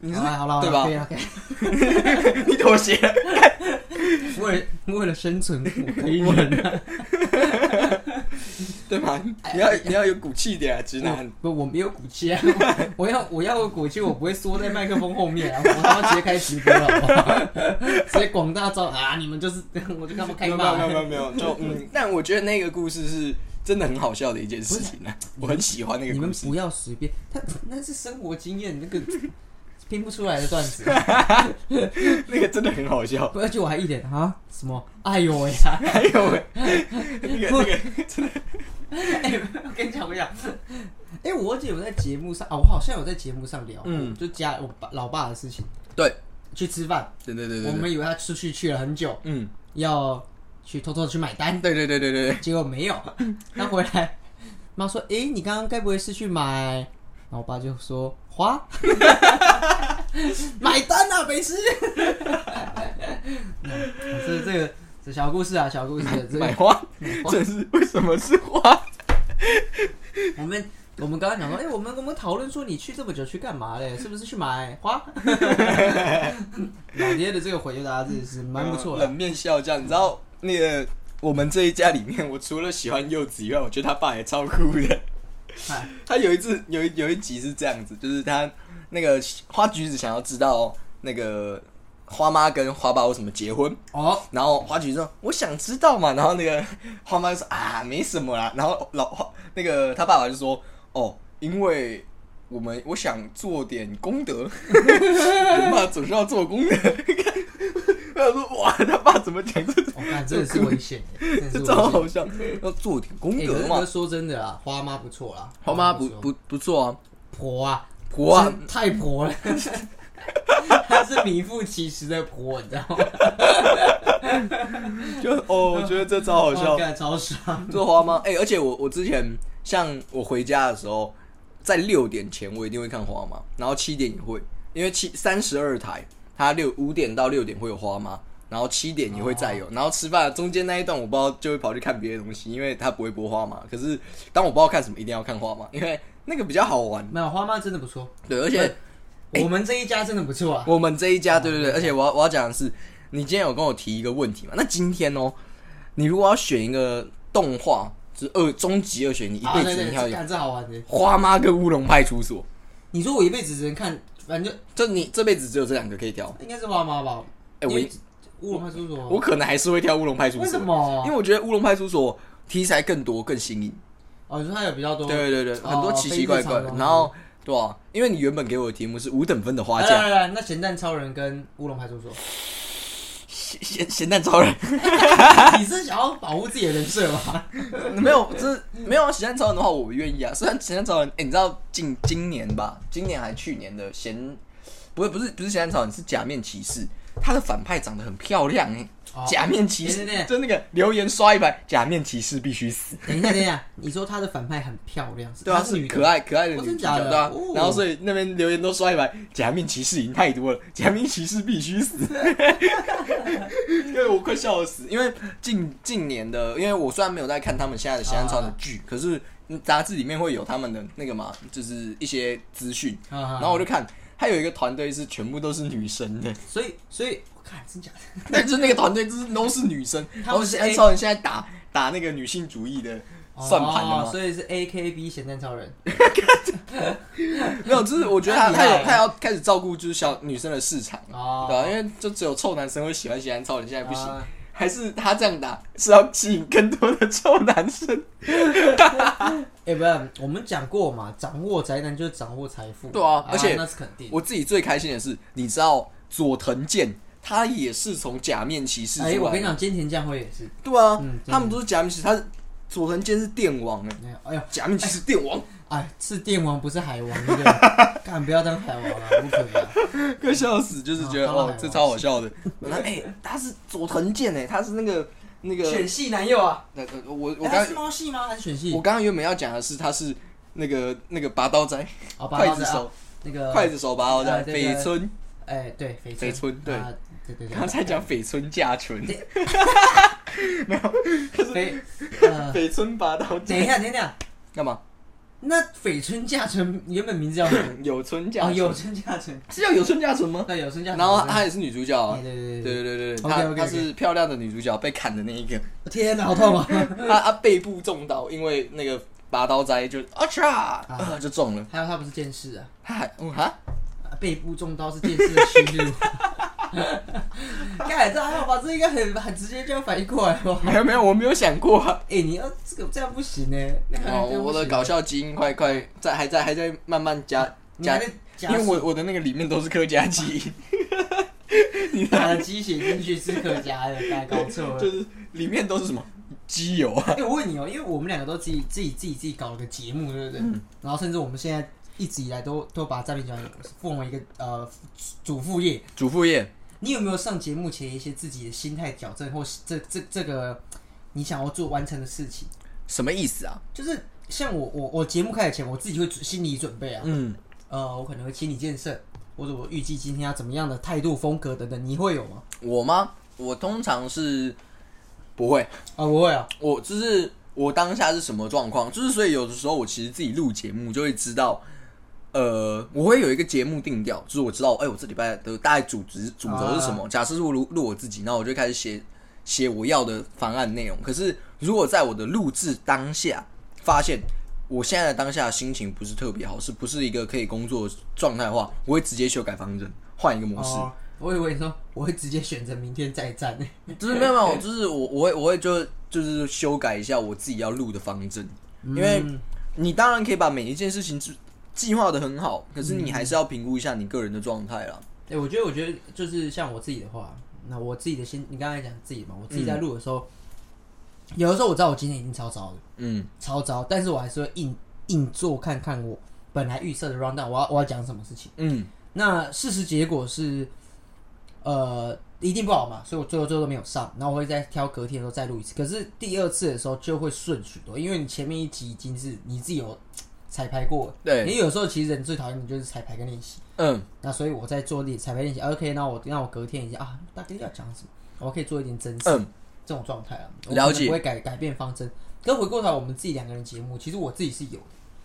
你是
好啦好了，
对吧
可以了可以了
你妥协了，
为了为了生存，我可以忍啊。
对吗？你要你要有骨气一点啊，直男。
不，我没有骨气啊！我我要我要有骨气，我不会缩在麦克风后面啊！我他妈直接开直播了，好不 好直接广大招啊！你们就是， 我就跟他们
没
开
有没
骂啊
有。没有没有，就嗯， 但我觉得那个故事是真的很好笑的一件事情啊，我很喜欢那
你
个
们
故事。
不要随便，他那是生活经验，那 个拼不出来的段子。
啊 那个真的很好笑。
而且我还一脸啊什么，哎呦 喂呀！
还有欸那个那个真的，
哎、我跟你讲，我跟你讲， 哎、我姐有在节目上啊，我好像有在节目上聊，
嗯
嗯，就家我爸老爸的事情，
对
去吃饭，
对对对
我
对对，
们以为他出去去了很久，
嗯，
要去偷偷地去买单，
对对对对对，
结果没 有，他回来，妈说，哎、你刚刚该不会是去买？然后我爸就说，花， 买单啊， 北师。嗯这这个这小故事啊，小故事，这
买
个
花
买，花
这是为什么是花？
我们我们刚刚讲说，哎、我们我们讨论说你去这么久去干嘛嘞？是不是去买花？ 老爹的这个回答真的是蛮不错 的
冷。面笑匠，你知道那个我们这一家里面，我除了喜欢柚子以外，我觉得他爸也超酷的。
哎
他有一次有一有一集是这样子，就是他那个花橘子想要知道那个花妈跟花爸为什么结婚，
哦，
然后花橘子说我想知道嘛，然 后那个花妈就说啊没什么啦，然后老花那个他爸爸就说哦，因为我们我想做点功德， 人嘛总是要做功德。他说哇，他爸怎么讲这
我看真的是危险的，真的是
这
危
招
险。
好像要做点功
哎、
德
可是
嘛？
说真的啦，花妈不错啦，
花妈不
错
不不做啊，
婆啊，
婆啊
真太婆了，她是名副其实的婆，你知道吗？
就哦，我觉得这招好笑
哦，干超爽。
做花吗？哎、而且我我之前像我回家的时候，在六点前我一定会看花妈，然后七点也会，因为七三十二台它六五点到六点会有花妈，然后七点也会再
哦
有，然后吃饭中间那一段我不知道就会跑去看别的东西，因为它不会播花妈。可是当我不知道看什么，一定要看花妈，因为那个比较好玩。
没有花妈真的不错，
对，而且哎
我们这一家真的不错啊。
我们这一家，对对对，而且我要我要讲的是，你今天有跟我提一个问题嘛？那今天哦，你如果要选一个动画就是二终极二选一，一
啊，
辈
对
子
对，
你要
这
有
干这好玩的。
花妈跟乌龙派出所，
你说我一辈子只能看，反正
就你这辈子只有这两个可以挑。
就应该是花妈吧？
哎、我
因为乌龙派出所，
我可能还是会挑乌龙派出所，
为什？么
因？为我觉得乌龙派出所题材更多、更新颖。
哦，你说它有比较多。
对对对，
哦
很多奇奇怪
非日
怪
常的
的。
东西
然后对啊，因为你原本给我的题目是五等分的花
来
架，
来来，那咸蛋超人跟乌龙派出 所，
咸 咸咸蛋超人
你是想要保护自己的人设吗？
没有，这没有啊咸蛋超人的话，我愿意啊。虽然咸蛋超人，哎、你知道近今年吧，今年还去年的咸，不是不是不是咸蛋超人，是假面骑士，他的反派长得很漂亮哎、
哦
假面骑士
对对对
就那个留言刷一排，假面骑士必须死。
等一下，等一下，你说她的反派很漂亮，
对啊，
她是
是
女的
可爱可爱的
哦
女
真
主
假
角，
的
对啊
哦。
然后所以那边留言都刷一排，假面骑士赢太多了，假面骑士必须死。因为我快笑死，因为近近年的，因为我虽然没有在看他们现在的《西安超人》的
啊
剧，可是杂志里面会有他们的那个嘛，就是一些资讯，
啊啊
然后我就看。他有一个团队是全部都是女生的，
所以所以我看真假的，
但是那个团队就是都是女生，然
他
后
们是
西安
A-
超人现在打打那个女性主义的算盘的嘛
哦，所以是 A K B 咸蛋超人。
没有，就是我觉得他他
太厉害
有
了
他要开始照顾就是小女生的市场，
哦
对吧、啊因为就只有臭男生会喜欢喜欢超人，现在不行，
啊
还是他这样打是要吸引更多的臭男生，
嗯哎、不是，我们讲过嘛，掌握宅男就是掌握财富。
对啊而且
那是肯定。
我自己最开心的是，你知道佐藤健他也是从假面骑士出来
哎、
的，
我跟你讲，菅田将晖也是。
对啊，
嗯真的
他们都是假面骑士，他是佐藤健是电王哎，
哎呦，
假面骑士电王，
哎，是电王不是海王， 对不对？干，不要当海王了、啊，不可以、啊。
快笑死，就是觉得
哦当然
哦
了
这超好笑 的，然后哎、他是佐藤健哎，他是那个那个，
选系男友啊？
那个我我
哎
刚
他是猫系吗？还是选系？
我刚刚原本要讲的是，他是那个那个拔刀仔，
哦，把
筷
他
子
的啊
手，
那个
筷子手拔刀仔，
啊对对
绯村。
哎、对，绯
绯村对
啊对对对。
刚才讲绯村嫁唇，
绯， 呃，
绯村拔刀
等一
仔
下，等一下，
干 嘛？
那绯村嫁纯原本名字叫什么？
有村嫁
哦，
唇
有村嫁纯，
是叫有村嫁唇吗？
对，有村嫁纯。
然后她也是女主角啊，
哎对
对
对对
对对对，她
OK，OK，OK
她是漂亮的女主角，被砍的那一个，
对，天哪，好 痛啊！
她她背部中刀，因为那个拔刀仔就啊嚓啊 就中了，
还有他不是剑士啊，
她还嗯 哈，
啊背部中刀是剑士的屈辱。 干，这还好吧？这应该很很直接就要反应过来吧？
没有没有，我没有想过啊。
哎、你要这个这样不行呢、欸那个这样
哦
不，行
我的搞，笑基因快快在还在还在慢慢加
你
加
还在加
因为我我的那个里面都是客家基因，
你打了鸡血进去是可加的，干搞错了。
就是里面都是什么鸡油啊？
哎、我问你哦、因为我们两个都自己自己自己自己搞了个节目，对不对？
嗯
然后甚至我们现在一直以来都都把诈骗集团奉为一个呃主副业。
主副业
你有没有上节目前一些自己的心态矫正，或是这这这个你想要做完成的事情？
什么意思啊？
就是像我我我节目开始前，我自己会准心理准备啊，
嗯，
呃，我可能会心理建设，或者我预计今天要怎么样的态度、风格等等，你会有吗？
我吗？我通常是不会，
啊、我会啊，
我就是我当下是什么状况，就是所以有的时候我其实自己录节目就会知道，呃，我会有一个节目定调，就是我知道，哎、我这礼拜的大概主旨主轴是什么。假设是我录录我自己，那我就开始写写我要的方案内容。可是如果在我的录制当下发现。我现在的当下心情不是特别好，是不是一个可以工作的状态的话，我会直接修改方针，换一个模式。
哦我以为你说我会直接选择明天再战呢、
就是没有没有，就是我我会我会就就是修改一下我自己要录的方针，
嗯
因为你当然可以把每一件事情计计划的很好，可是你还是要评估一下你个人的状态啦。
对，欸我觉得，我觉得就是像我自己的话，那我自己的心，你刚才讲自己嘛，我自己在录的时候，有的时候我知道我今天已经超糟了，
嗯，
超糟，但是我还是会硬硬做看看我本来预设的 round down，我要我要讲什么事情。
嗯，
那事实结果是，呃，一定不好嘛，所以我最后最后都没有上，然后我会再挑隔天的时候再录一次。可是第二次的时候就会顺许多，因为你前面一集已经是你自己有彩排过了，因
对，
为有时候其实人最讨厌的就是彩排跟练习。
嗯，
那所以我在做练彩排练习，OK，那我那我隔天一下啊，大概要讲什么，我可以做一点增色，
嗯
这种状态啊，我
了
可能
解
不会改改变方针。可回过头来，我们自己两个人节目，其实我自己是有的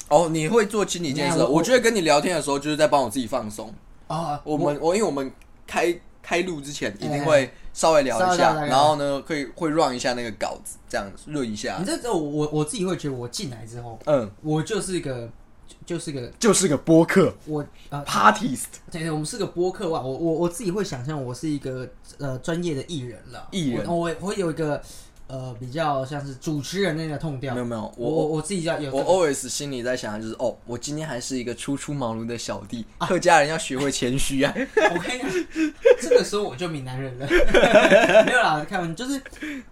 哦，你会做心理哦建设，
那我
我觉得跟你聊天的时候就是在帮我自己放松。
啊，
我们我因为我们开开录之前一定会稍微聊一
稍微聊
下，
大概
然后呢，可以会 run 一下那个稿子，这样润一下
你。这这我我我自己会觉得，我进来之后，
嗯，
我就是一个就就是一个
就是个播客
我呃，
，partyist
对对，我们是个播客哇，啊我我我自己会想象我是一个呃专业的艺人了，
艺人
我我我会有一个呃比较像是主持人那个痛调
没有，没有，
我
我
我
我
我自己要有这
我
个
always 心里在想的就是，哦，我今天还是一个初出茅庐的小弟，客家人要学会谦虚啊。
我跟你讲，这个时候我就闽南人了， 没有啦，开玩笑，就是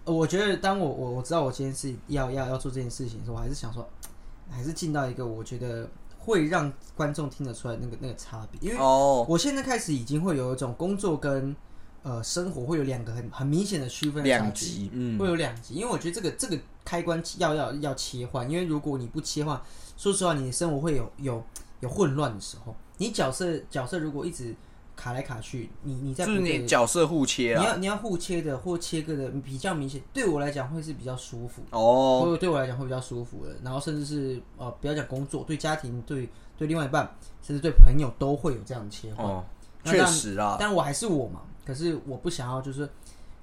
呃我觉得当我我我知道我今天是要要要做这件事情的时候，我还是想说，哎还是进到一个我觉得会让观众听得出来那个那个差别，因为
哦，
我现在开始已经会有一种工作跟呃生活会有两个很很明显的区分的差
两
距
集，嗯，
会有两集，因为我觉得这个这个开关要要要切换，因为如果你不切换，说实话，你的生活会有有有混乱的时候。你角色角色如果一直卡来卡去，你你在
就
不
是
对
你角色互切啊。
你要你要互切的或切割的比较明显，对我来讲会是比较舒服，
哦，
对对我来讲会比较舒服的。然后甚至是呃，不要讲工作，对家庭、对对另外一半，甚至对朋友都会有这样的切换。
哦，
那
确
当
实啊，
但我还是我嘛，可是我不想要就是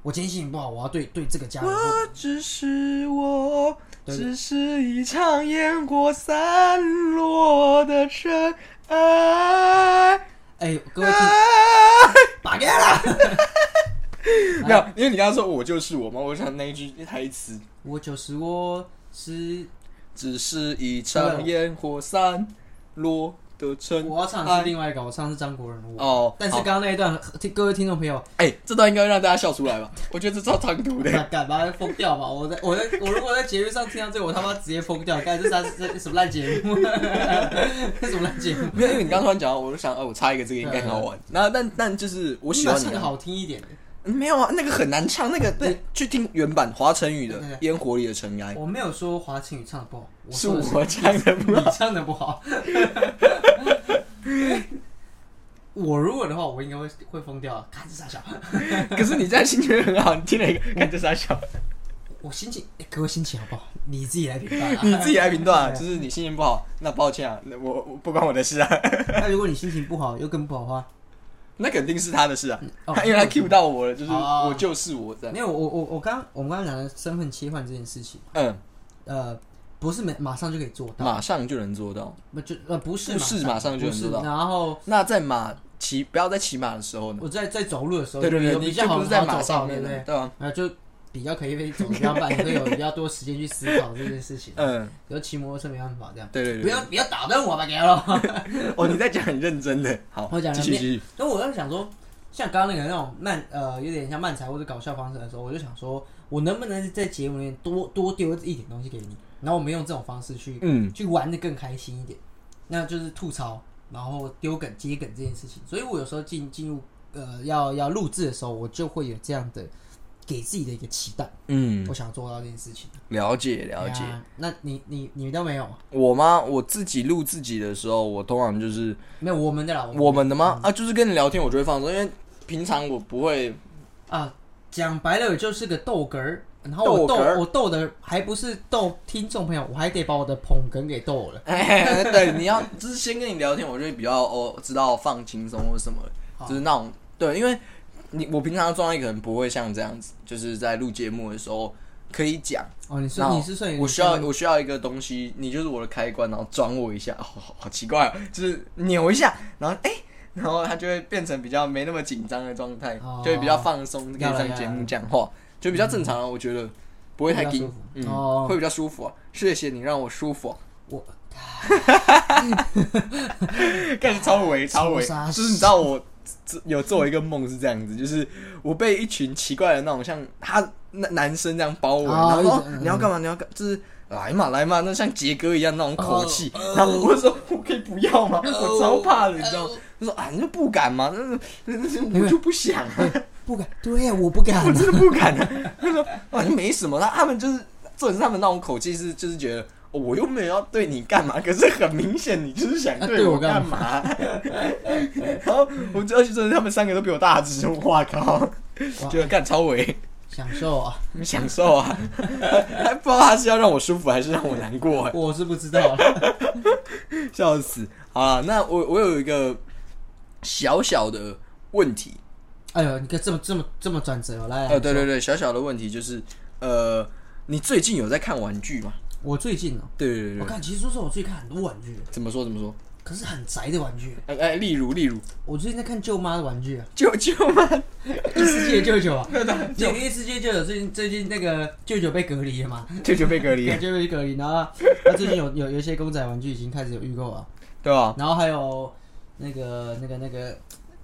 我今天心情不好，我要对对这个家人或
我只是我，
对
只是一场雁过散落的尘埃。
哎、各位听
哎
拔掉啦！
没有，因为你刚刚说我就是我嘛，我想那一句台词，
我就是我是
只是一场烟火散落的尘
我要唱的是
埃。
另外一个，我唱的是张国荣的我。
哦
但是
好
刚刚那一段，听各位听众朋友，
哎、这段应该会让大家笑出来吧？我觉得这超唐突的。
敢敢把它封掉吧！我在我在我如果在节目上听到这个，我他妈直接封掉！干这啥这什么烂 节目？这什么烂节目？
没有，因为你刚刚突然讲到，我就想，哦、我插一个这个应该很好
嗯
玩。然后，但但就是我喜欢你、
你把唱个
啊。
好听一点的。
没有啊，那个很难唱，那个
对
你去听原版华晨宇的
对对
《
对
烟火里的尘埃》，
我没有说华清宇唱的不好，我
哎是
说的
我唱的不
你
好。
唱的不好。我如果的话，我应该会会疯掉。看这傻笑。
可是你这样心情很好，你听了一个，
嗯
看这傻笑，
我心情，欸各位心情好不好？你自己来评判、啊。
你自己来评断啊。就是你心情不好，那抱歉啊，那我我不关我的事啊，
那如果你心情不好，又更不好的话，
那肯定是他的事啊。
哦
他因为他 cue 到我了，就是
哦
我就是我这样。
没有我我我刚我们刚刚讲的身份切换这件事情，
嗯，
呃，不是马马上就可以做到，
马上就能做到。
不就呃不是
不是马上就能
不是
做到
然后
那在马骑不要在骑马的时候呢？
我在在走路的时候，
对对对，
有
你
比
就
较好
不是在马
上
上
对
面
不
的
对，？
对吧？
然后就比较可以被走比较慢，会有 比较多时间去思考这件事情。
嗯，
然后骑摩托车没办法这样，
对对对。
不要不要打断我吧，给了。
哦，你在讲很认真的，好，
我讲
继
的
续继续。
那我在想说，像刚刚那个那种慢呃，有点像漫才或者搞笑方式的时候，我就想说，我能不能在节目里面多多丢一点东西给你，然后我们用这种方式去、
嗯，
去玩的更开心一点，那就是吐槽，然后丢梗接梗这件事情。所以我有时候进进入呃要要录制的时候，我就会有这样的给自己的一个期待，
嗯，
我想做到这件事情。
了解了解
对。啊那你你你都没有
我吗？我自己录自己的时候，我通常就是
没有我们的啦，们
我们的
嗯
吗？啊，就是跟你聊天，我就会放松，因为平常我不 会。
啊，讲白了，我就是个逗哏儿。然后
逗
我逗
哏儿
我逗的还不是逗听众朋友，我还得把我的捧哏给逗了。
对，你要就是先跟你聊天，我就会比较哦，知道放轻松或什么，
好
就是那种对，因为你我平常的状态可能不会像这样子，就是在录节目的时候可以讲。
哦，你
然
说
后
你是算
我需要我需要一个东西，你就是我的开关，然后转我一下，哦、好好奇怪、哦，就是扭一下，然后哎、然后他就会变成比较没那么紧张的状态，
哦
就会比较放松，可以
要了
上节目讲话，就比较正常了、啊我觉得不会太
比较
紧
舒服，
嗯，
哦
会比较舒服、啊。谢谢你让我舒服、啊，
我
开始超维超维，
超杀
就是你知道我有做一个梦是这样子，就是我被一群奇怪的那种像他男男生这样包围，
哦
然后、
一直嗯
你要干嘛？你要干就是。来嘛来嘛，那像杰哥一样那种口气
哦
然后我就说我可以不要吗？我超怕的，你知道吗
哦？
他说啊，你就不敢吗？那那那我就不想啊，
不敢，对啊呀，我不敢
我。真的不 敢啊。他说啊，没什么啦，他们就是，重点是他们那种口气是就是觉得、哦我又没有要对你干嘛，可是很明显你就是想
啊
对
对我
我干
干
嘛。 然后我知道，真的他们三个都比我大只，哇靠！就干超伟，
享受啊，
你享受啊！ 还不知道他是要让我舒服还是让我难过、啊，
我是不知道了。
笑死！好了，那我我有一个小小的问题，
哎呦，你看这么这么这么转折哦，来，来
呃，对对，对，小小的问题就是，呃，你最近有在看玩具吗？
我最近哦，
对对对
我
对，
看其实说实话，我最近看很多玩具，
怎么说怎么说？
可是很宅的玩具。
哎、哎，例如例如，
我最近在看舅妈的玩具啊，
舅舅吗？
异世界舅舅啊，你异世界舅舅最近最近那个舅舅被隔离了嘛，
舅舅被隔离了，
舅舅被隔离，然后他最近有有有一些公仔玩具已经开始有预购啊，
对吧？
然后还有那个那个那个，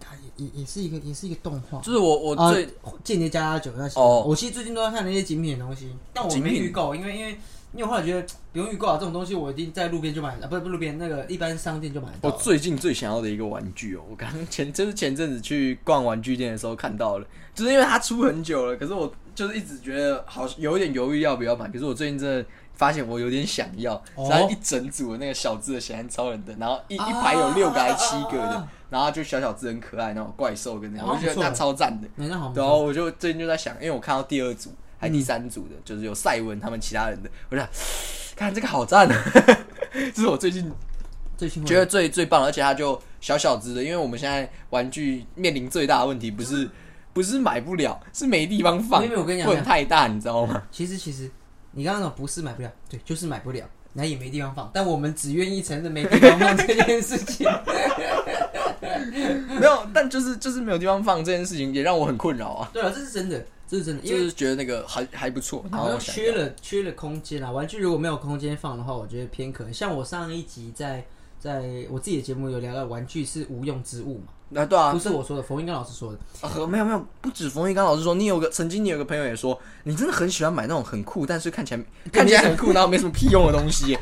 啊也也也是一个也是一个动画。
就是我我
啊
最、
间谍加加酒那些，
哦
我其实最近都在看那些精品的东西，但我
精
没
品
预购，因为因为因为我后来觉得不用预购啊，这种东西我一定在路边就买了，不是不是路边那个一般商店就买得
我
到了。
最近最想要的一个玩具哦，我刚刚前就是前阵子去逛玩具店的时候看到了，就是因为它出很久了，可是我就是一直觉得好有点犹豫要不要买，可是我最近真的发现我有点想要，
哦
然后一整组的那个小只的显然超人的，然后一一排有六个还七个
啊啊啊啊
的，然后就小小只很可爱，然后怪兽跟那样，
哦
我就觉
不
得
错
它超赞的，
没那哦好，嗯
然后啊我就最近就在想，因为我看到第二组还第三组的，就是有赛文他们其他人的，我就想， 看这个好赞啊， 这是我最近
最新
觉得最最棒的，而且它就小小只的，因为我们现在玩具面临最大的问题不
嗯
是不是买不了，是没地方放，
因为我跟你讲
不能太大，你知道 吗？
其实其实你刚刚说不是买不了，对，就是买不了，那也没地方放，但我们只愿意承认没地方放这件事情。
没有，但就是就是没有地方放这件事情也让我很困扰啊，
对了，这是真的，这是真的，因
就
为
是觉得那个还还不错，然后
好像
我想
缺
要
了缺了空间啊。玩具如果没有空间放的话，我觉得偏可惜。像我上一集在在我自己的节目有聊到，玩具是无用之物嘛，
啊对啊
不，是我说的，冯英刚老师 说的。
呃没有没有，不止冯玉刚老师说，你有个曾经你有个朋友也说，你真的很喜欢买那种很酷，但是看起来看起来很酷，然后没什么屁用的东 西。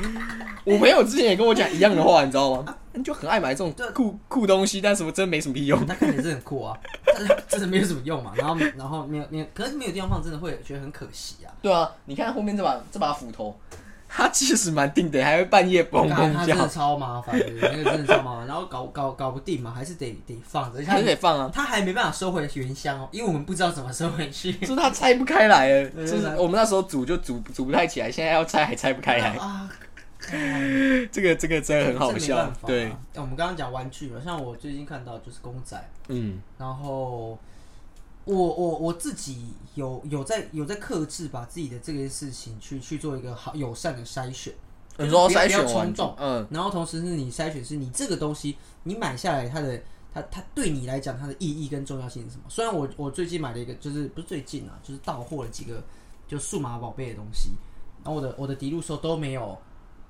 我朋友之前也跟我讲一样的话，你知道吗？你就很爱买这种酷酷东西，但什么真没什么屁用。
他看起来是很酷啊，但是真的没有什么用嘛。然后然后没有没有，可是没有地方放，真的会觉得很可惜啊。
对啊，你看后面这把这把斧头，啊它其实蛮定的，还会半夜嘣
干他
嘣
真的
叫，
超麻烦的，那个真的超 麻烦，然后搞搞搞不定嘛，还是得得放着。
还
他
是得 放啊，
他还没办法收回原箱哦，因为我们不知道怎么收回去。
就是它拆不开来了，
对
就是我们那时候组就组组不太起来，现在要拆还拆不开来，
啊，
这个啊这个真 的很好
这没
笑
办法。啊
对，
哎我们刚刚讲玩具嘛，像我最近看到就是公仔，
嗯，
然后我我我自己有有在有在克制把自己的这件事情去去做一个好友善的筛选。
你说
就是不要
筛选
不要
完
冲动，
嗯，
然后同时是你筛选是你这个东西，你买下来它的它它对你来讲它的意义跟重要性是什么？虽然我我最近买了一个，就是不是最近啊，就是到货了几个就数码宝贝的东西，然后我的我的迪路兽都没有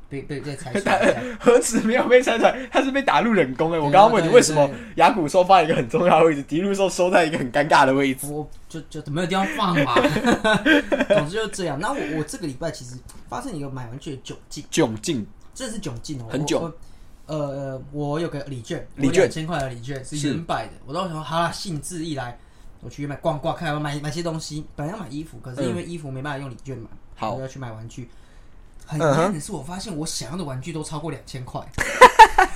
被 被被拆出来。
何止没有被拆出来，它是被打入冷宫哎！我刚刚问你为什么雅古兽放在一个很重要的位置，迪路兽收在一个很尴尬的位置，
我就就没有地方放嘛， 总之就这样。那我我这个礼拜其实发生一个买玩具的窘境，
窘境
真的是窘境哦，
很
我
窘。
我呃，我有个礼券，
礼券
两千块的礼券是
是
原版的，我当时想说好啦，兴致一来，我去买逛逛，看要买买些东西。本来要买衣服，可是因为衣服没办法用礼券买，
嗯好
我要去买玩具。很遗
嗯哼
憾的是，我发现我想要的玩具都超过两 千块。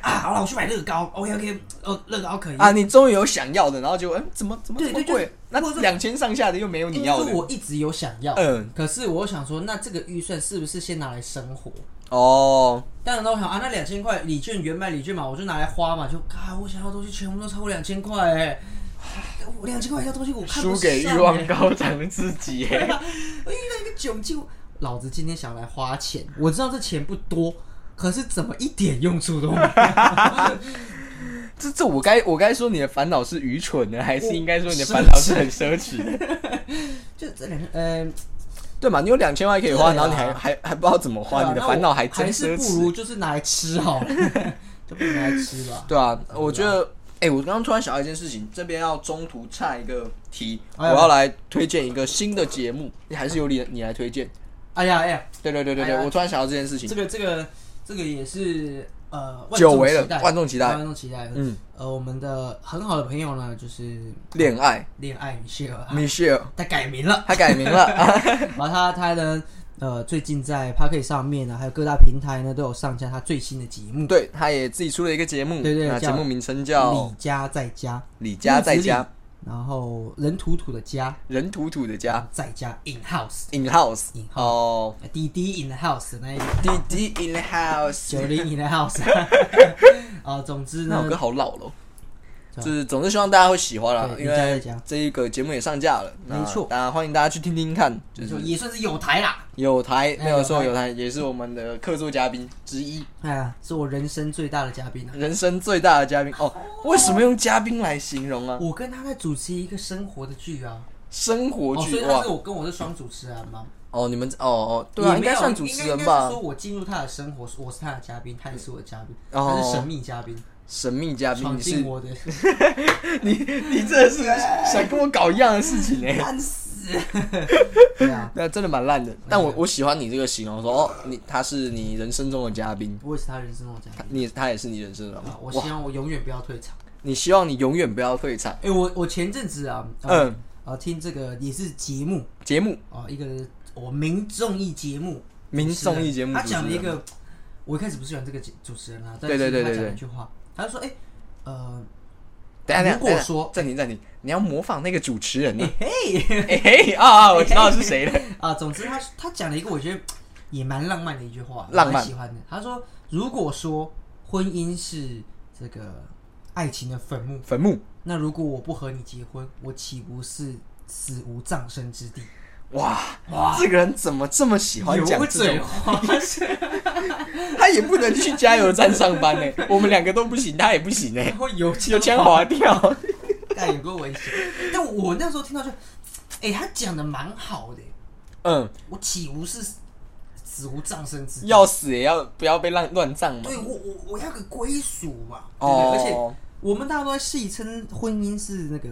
啊，好了，我去买乐高，OK OK，哦，乐高可以
啊！你终于有想要的，然后就嗯，怎么怎么
对
这么
对
贵？那
或者说
两千上下的又没有你要
因
的
为，我一直有想要，
嗯，
可是我想说，那这个预算是不是先拿来生活？
哦，
当然都想啊，那两千块礼券原版礼券嘛，我就拿来花嘛，就啊，我想要的东西全部都超过两千块哎， 我两千块要东西我看不
输给欲
上欸
望，高涨的自己欸耶。
我遇到一个窘境，老子今天想来花钱，我知道这钱不多，可是怎么一点用处都没 有？
这这我该我该说你的烦恼是愚蠢的，还是应该说你的烦恼是很奢侈的？
就这两千，嗯、
对嘛？你有两千万可以花，
对啊
然后你还还还不知道怎么
对
花，
啊
你的
那
烦恼
我
还真
还
奢
是不
侈
如。就是拿来吃好 了，就不如拿来吃吧。
对啊，我觉得，哎、我刚刚突然想到一件事情，这边要中途岔一个题，
哎呀
我要来推荐一个新的节目，还是由你你来推荐？
哎呀哎呀，
对对对对对，
哎呀
我突然想到这件事情
这，个这个这个也是呃万
久
众
违了
期待
万众期待
万众期待。
嗯，
呃，我们的很好的朋友呢，就是
恋爱
恋爱米歇尔啊，
，Michelle
他改 名了。
他改名了，啊
然后他他呢，呃，最近在 p a r k e t 上面呢，还有各大平台呢，都有上架他最新的节目《
对，他也自己出了一个节目，
对对
那
叫
节目名称叫
李家在家》，
李家在家，
然后人土土的家，
人土土的家
在家 in house，
，in house，
In house
哦，
滴滴 in the house 的那一个
弟弟 in house，
九零 in the house，啊、总之
那
呢
首歌，好老了哦，嗯就是总是希望大家会喜欢啦，因
对你加一
为
加
这一个节目也上架了，
没
那
错
大家欢迎大家去听听看，就
就是是也算是有台啦。
有台
哎
没有
有
错，
台
嗯有台也是我们的客座嘉宾之一，
哎呀，是我人生最大的嘉宾啊！
人生最大的嘉宾哦。为什么用嘉宾来形容啊？
我跟他在主持一个生活的剧啊，
生活
哦，所
剧
以他
哇
是我跟我是双主持人嘛。
哦，你们哦哦，对啊，
也
应
没有
该算主持人
应该是
吧
说？我进入他的生活，我是他的嘉宾，他也是我的嘉宾，
哦
他是神秘嘉宾，
神秘嘉宾，
闯
你
进
是
我的，
你你真的是想跟我搞一样的事情哎、
干死！对啊，
那真的蛮烂的，但我我喜欢你这个形容，说哦，你他是你人生中的嘉宾，
我也是他人生中的嘉宾。
他你他也是你人生中的
对啊
嘉
我
宾。哇，
希望我永远不要退场。
你希望你永远不要退场。
哎、我我前阵子啊，呃、
嗯，
啊听这个也是节目
节目
啊、一个我民众艺节目，
民众艺节目
啊他
主持
讲了一
人，
个，我一开始不是喜欢这个节主持人啊，但
对
是
对对
他
对
讲了
对
一句话，他就说，哎、呃，
等一下等一下，
如果
等一下
说
暂停暂停，你要模仿那个主持人呢？
嘿
哎嘿啊，啊我知道是谁 了。
啊，总之他他讲了一个我觉得也蛮浪漫的一句话，
浪漫
我蛮喜欢的。他说，如果说婚姻是这个爱情的坟墓，
坟墓，
那如果我不和你结婚，我岂不是死无葬身之地？
哇哇，这个人怎么这么喜欢讲
油
这
嘴
种？
滑 舌，
他也不能去加油站上班 呢，我们两个都不行，他也不行呢，
然后油
有枪划掉。
但有够危险。但我那时候听到就，哎、他讲的蛮好的、
嗯，
我岂不是死无葬身之地？
要死也要不要被乱乱葬嘛
对？我我我要个归属嘛。
哦
对不对而且我们大家都在戏称婚姻是那个，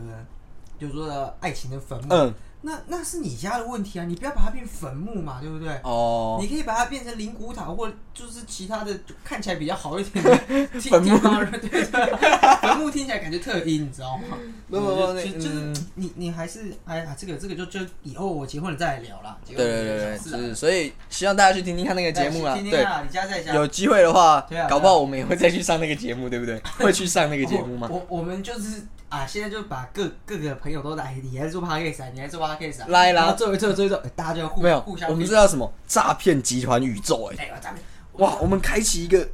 就是说爱情的坟墓。
嗯，
那那是你家的问题啊，你不要把它变坟墓嘛，对不对？
哦，
你可以把它变成灵骨塔，或就是其他的就看起来比较好一 点的地
坟墓
地方 对对对，坟墓听起来感觉特阴，你知道 吗？
不不不
就就
那
就是
嗯
你你还是哎呀，这个这个就就以后我结婚了再来聊啦。结
对
婚了
对对
再
对，
聊是啊
是，所以希望大家去听听看那个节目啦。
听听
对，
啊，你家在家
有机会的话
对啊对，啊
搞不好我们也会再去上那个节目，对不对？会去上那个节 目吗？
我我我们就是啊，现在就把各各个朋友都来，你来做 podcast 啊，你来做 podcast 啊，
来啦
然后做一做做一做，哎大家就互
没有
互，相
我们
比
这叫什么？诈骗集团宇宙？哎，
哎呦，咱们
哇，我们开启一个。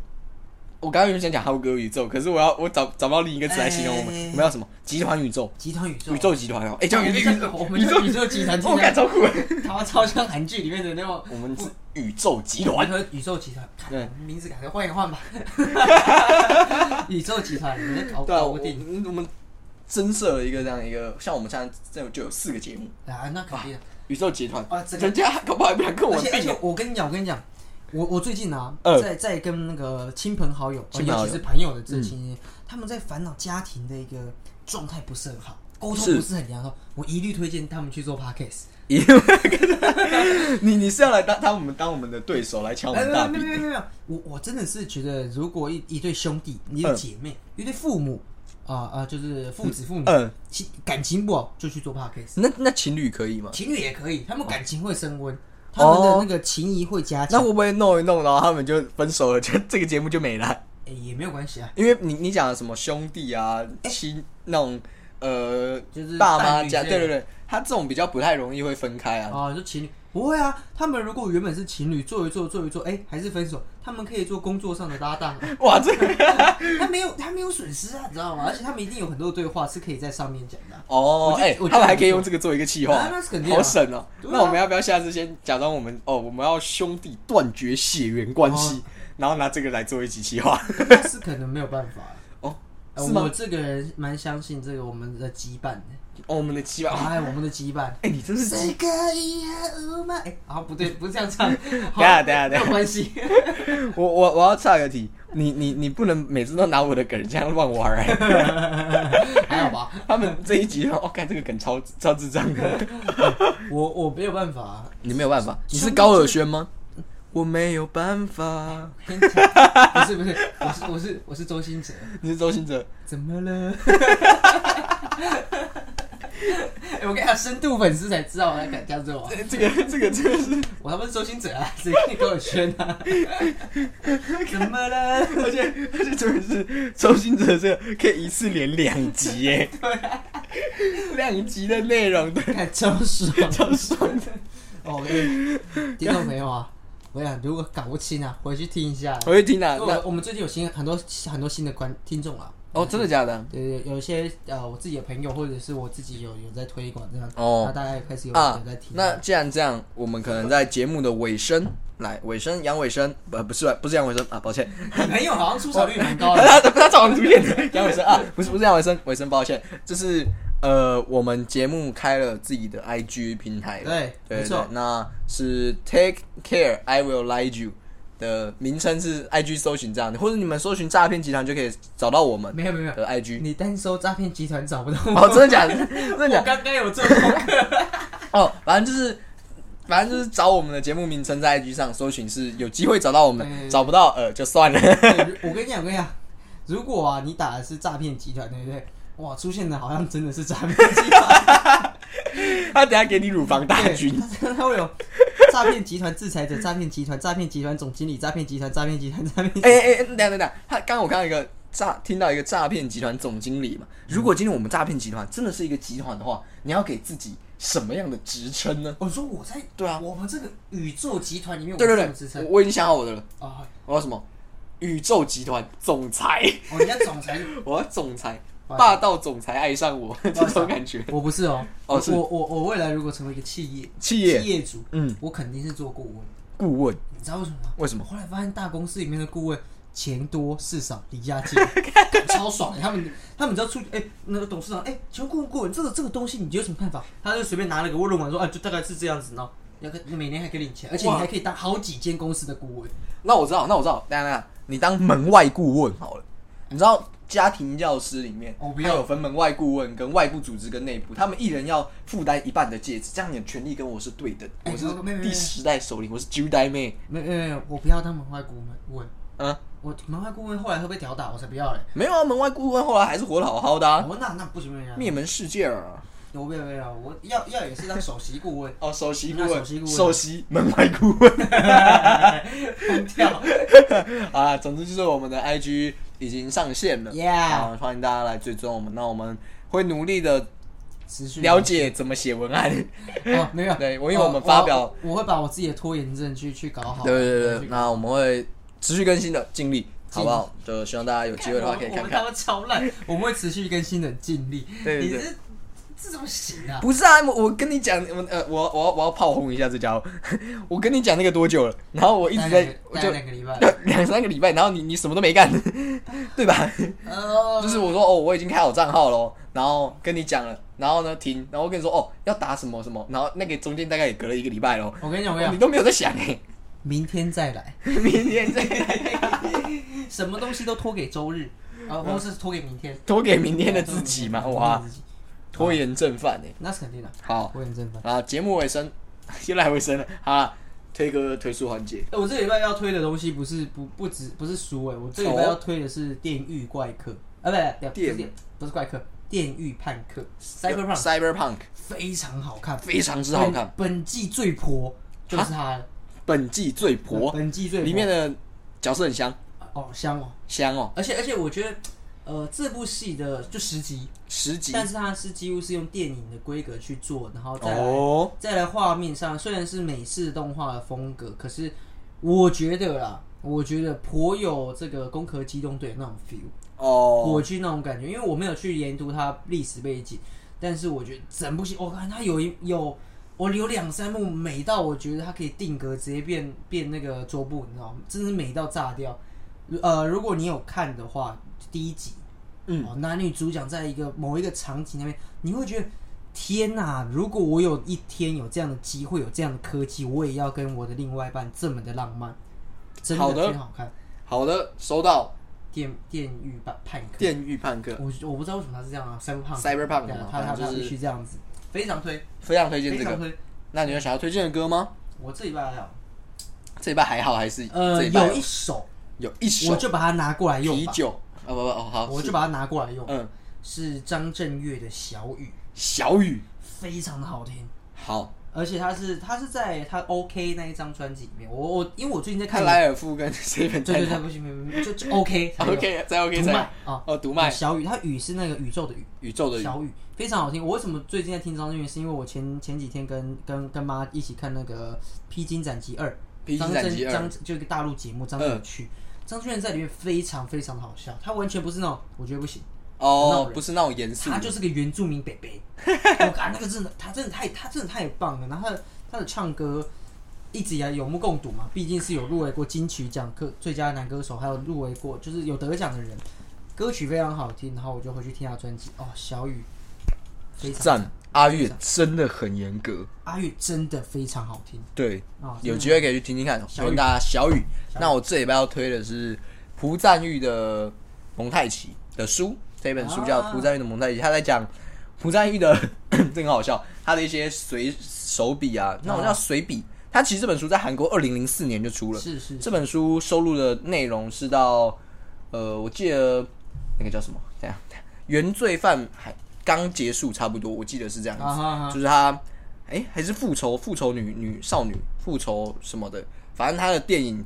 我刚刚原本想讲浩哥宇宙，可是我要我找找不到另一个词来形容我们，
哎
我们要什么集团宇宙？
集团宇宙
宇宙集团哦，哎，叫
我
宇
们
宙
这个我们
宇
这
宙
个宇宙集团，
我感超酷的，
他妈超像韩剧里面的那种
我们是宇宙集团
我。们宇宙集团，
对
看名字改成换 一换吧，宇宙集团，你们搞
对啊，
搞
我
不定
我我们增设了一个这样一个，像我们现在这就有四个节目，
啊，那肯定的。
宇宙集团
啊整个
人家搞不好还不想跟我
而
们
且而
并
且
哦，
我跟你讲，我跟你讲，我我最近啊，
嗯
在在跟那个亲朋好友，哦
亲朋好友嗯
尤其是朋友的这些，他们在烦恼家庭的一个状态不是很好，沟通
是
不是很良好，我一律推荐他们去做 podcast。
因为你你是要来当当我们当我们的对手来抢我
哎
们哦
没
大
有
饼
没有没有没有，我我真的是觉得，如果一一对兄弟、一对
嗯
姐妹、一对父母啊啊、就是父子父母，
嗯，
情感情不好就去做 podcast。
那那情侣可以吗？
情侣也可以，他们感情会升温，他们的那个情谊会加
哦那
强，
会不会弄一弄，然后他们就分手了，就这个节目就没了？
哎、也没有关系啊。
因为你你讲的什么兄弟啊、亲那种呃，
就是
爸妈
伴侣
家，
之
对
类
对
的
对，他这种比较不太容易会分开啊。
啊，就情侣不会啊，他们如果原本是情侣，做一做做一做，哎、还是分手，他们可以做工作上的搭档啊，
哇，这个
他没有他没有损失啊，你知道吗？而且他们一定有很多对话是可以在上面讲的啊、
哦
我，觉得
哎、
我觉得
他们还可以用这个做一个企划、
啊那是肯定啊
好省哦、
对啊
那我们要不要下次先假装我们哦，我们要兄弟断绝血缘关系，然后拿这个来做一集企划？
但是可能没有办法、
哦，
呃
是吗
我这个人蛮相信这个我们的羁绊的，
哦，我们的企划，哎、
哎，我们的 羁绊。
你真是
谁可以和我吗？哎、啊，不对，不是这样唱。
等一下等一下等一下
没有关系。
我我我要岔个题，你你你不能每次都拿我的梗这样乱玩哎、
还好吧，
他们这一集哦，看这个梗超超智障的，
我我没有办法、啊。
你没有办法，你是高尔宣吗？我没有办法，
我跟你 讲不是不是，我是我是我是周星哲，
你是周星哲，
怎么了？ 哎我跟你讲，深度粉丝才知道我在讲讲这种啊，
这这个这个这个是。
我他妈是周星哲啊，谁跟你给我圈 啊？怎么了？
而且而且特别是周星哲这个可以一次连两集耶， 两集的内容都
看超 爽，
超爽的。
哦，我跟你听众朋友啊，我跟你讲，如果搞不清啊，回去听一下。
我会听啊，
我
那
我们最近有新很多很多新的观听众啊，
哦，真的假的？
对对，有一些呃，我自己的朋友或者是我自己有有在推广这样，
哦
那大家也开始有、
啊
有在提，。
那既然这样，我们可能在节目的尾声，来尾声，杨尾声，呃，不是不是杨尾声啊，抱歉，
你朋友好像出手率蛮高的，
他他他早上出现的杨伟生啊，不是不是杨伟生，伟生抱歉，就是呃，我们节目开了自己的 IG 平台了，
对
对对
没错
对，那是 Take Care I Will Lie You 的名称是 IG 搜寻这样的，或者你们搜寻诈骗集团就可以找到我们
没有没有没有，
的 IG。
你单搜诈骗集团找不到我。
哦，真的假的？真的假的？
我刚刚有做功课，
哦，反正就是。反正就是找我们的节目名称在 IG 上搜寻是有机会找到我们，
嗯
找不到呃就算了。
对 我跟你讲，我跟你讲，如果啊你打的是诈骗集团，对不对？哇，出现的好像真的是诈骗集团，
他等下给你乳房大
对
军。，
他他会有诈骗集团制裁者、诈骗集团、诈骗集团总经理、诈骗集团、诈骗集团、诈骗集团。
哎哎哎，等一下等一下，他刚刚我看到一个诈，听到一个诈骗集团总经理嘛。
嗯
如果今天我们诈骗集团真的是一个集团的话，你要给自己什么样的职称呢？
我说我在
对啊
我们这个宇宙集团里面，
对对
我是什么职
对，
称
我我已经想好我的了，
啊，
我要什么？宇宙集团总裁，
哦，人家总裁，
我要总裁，
哇
霸道总裁爱上我这种感觉。
我不是哦，
哦
我
是
我我我未来如果成为一个企业
企业
企业主，
嗯，
我肯定是做顾问，
顾问，
你知道为什么吗？
为什么
我后来发现大公司里面的顾问钱多事少，离家 近，超爽欸的。他们他们只要出去，哎、那个董事长，哎、请问顾问顾问这个这个东西，你有什么看法？他就随便拿了个论文说，啊，就大概是这样子呢。要跟每年还可以领钱，而且你
哇
还可以当好几间公司的顾问。
那我知道，那我知道，等一下等一下，你当门外顾问好了。你知道家庭教师里面，
我不
它
要
有分门外顾问、跟外部组织跟内部，他们一人要负担一半的戒指，这样你的权利跟我是对等。
哎
我是
没有没有没有
第十代首领，我是九代妹。
没没没，我不要当门外顾问。
嗯，
我门外顾问后来会被屌打，我才不要嘞。
没有啊，门外顾问后来还是活得好好的、啊，
我那那不行不行，
灭门世界啊。，
我没有没有，我要要也是当首席顾问
哦，首席顾
那首席顾
问，
问
首席门外顾 问
疯掉。
啊，总之就是我们的 IG 已经上线了
Yeah，
啊，欢迎大家来追踪我们。那我们会努力的
持续
了解怎么写文案。
哦，没有，
对我因为我们发表
哦我我会把我自己的拖延症去去搞好。
对对对，
去搞好
那我们会持续更新的，尽力，好
尽力
不好？就希望大家有机会的话可以看
我们他
看。
妈超烂，我们会持续更新的尽力。
对对
你
对
这这怎么行啊？
不是啊，我我跟你讲，我呃，我我要我要炮轰一下这家伙。 我跟你讲那个多久了？然后我一直
大概
在
两，个
我
大概
就
两个礼拜。
两三个礼拜，然后你你什么都没干，对吧？
呃，
就是我说哦，我已经开好账号喽，然后跟你讲了，然后呢停，然后我跟你说哦要打什么什么，然后那个中间大概也隔了一个礼拜喽，
我跟你讲，我跟
你
你讲，
都没有在想 哎，
明天再来，
明天再
什么东西都拖给周日，啊，或是拖给明天。哦
拖给嗯明天的自己嘛，哇
拖给，自己，
拖延症犯哎，
那是肯定的，
好。
拖延症犯。
啊，节目尾声又来尾声了，好啦，推歌推出环节。
哎，我这礼拜要推的东西不是不不止不是书哎，我这
哦
礼拜要推的是《电狱怪客》啊，不对，不是电不是怪客，《电狱叛客》Cyberpunk。
Cyberpunk
非常好看，
非常之好看，
本本季最婆就是他了，
本季最婆，
本季最婆
里面的角色很香
哦香哦，
香哦，
而且而且我觉得，呃，这部戏的就十集，
十集
但是它是几乎是用电影的规格去做，然后再来、
哦，
再来画面上，虽然是美式动画的风格，可是我觉得啦，我觉得颇有这个《攻壳机动队》那种 feel。
哦
火炬那种感觉，因为我没有去研读它历史背景，但是我觉得整部戏，我、看它有一有我有两三幕美到我觉得它可以定格直接变变那个桌布，你知道吗？真是美到炸掉。如呃，如果你有看的话，第一集，
嗯
哦，男女主角在一个某一个场景那边，你会觉得。天呐、如果我有一天有这样的机会，有这样的科技，我也要跟我的另外一半这么的浪漫，真的
好的
非常好看。
好的，收到。
电电狱版派克，
电狱叛客
我我不知道为什么他是这样啊，Cyberpunk
Cyberpunk
对啊
嘛
他他
反正就
他
是
必须这样子，非常推，
非常推荐
非
这
常
个。
推。
那你有想要推荐的歌吗？
我这礼拜还好，
这一半还好还是
呃，
这一半
有一首
有一首
我就把它拿过来用
啤
吧，
酒啊不不哦好，
我
是
就把它拿过来用，
嗯
是张震岳的《小雨
小雨》，
非常的好听，
好，
而且他是他是在他 OK 那一张专辑里面，我我因为我最近在
看
看，
莱尔富跟 Seven
对对对，不行不 行不行，就就 OK 才有
OK 再 OK
独
再
卖啊，
哦独卖
小雨，它雨是那个宇宙的雨。
宇宙的宇
小雨非常好听。我为什么最近在听张震岳？是因为我前前几天跟跟跟妈一起看那个《披荆斩棘二》，
披荆
张
斩
震
棘二嗯
张就一个大陆节目，张震岳去。张俊彦在里面非常非常的好笑，他完全不是那种我觉得不行，很闹
哦，
人
不是那种严肃
他，就是个原住民北 北。我靠，那个真的，他真的太，他真的太棒了。然后他的他的唱歌一直以来有目共睹嘛，毕竟是有入围过金曲奖歌最佳男歌手，还有入围过就是有得奖的人，歌曲非常好听。然后我就回去听他专辑，哦，小雨非常
赞。阿月真的很严格，
阿玉真的非常好听
对，
啊、
有机
会
会可以去听听看。
小雨
欢迎大家小雨。那我这礼拜要推的是蒲赞玉的蒙太奇的书，这本书叫
啊
《蒲赞玉的蒙太奇》，他在讲蒲赞玉的， 这很好笑，他的一些随手笔啊，那种叫随笔。他其实这本书在韩国二零零四年就出了，
是是
这本书收录的内容是到，呃，我记得那个叫什么？这样，原罪犯还刚结束，差不多，我记得是这样子，
啊哈哈
就是他，哎、还是复仇，复仇女女少女，复仇什么的，反正他的电影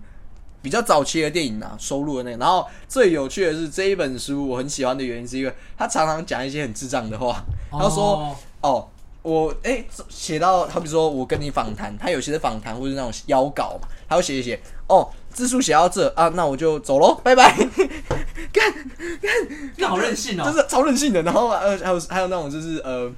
比较早期的电影啊，收录的那个。然后最有趣的是这一本书，我很喜欢的原因是因为他常常讲一些很智障的话， 他说。
哦
哦，我哎写、到，好比说我跟你访谈，他有些是访谈或是那种邀稿嘛，他会写一写，哦，字数写到这啊，那我就走喽，拜拜，
那好任性哦、
就是超任性的。然后呃，还有还有那种就是呃，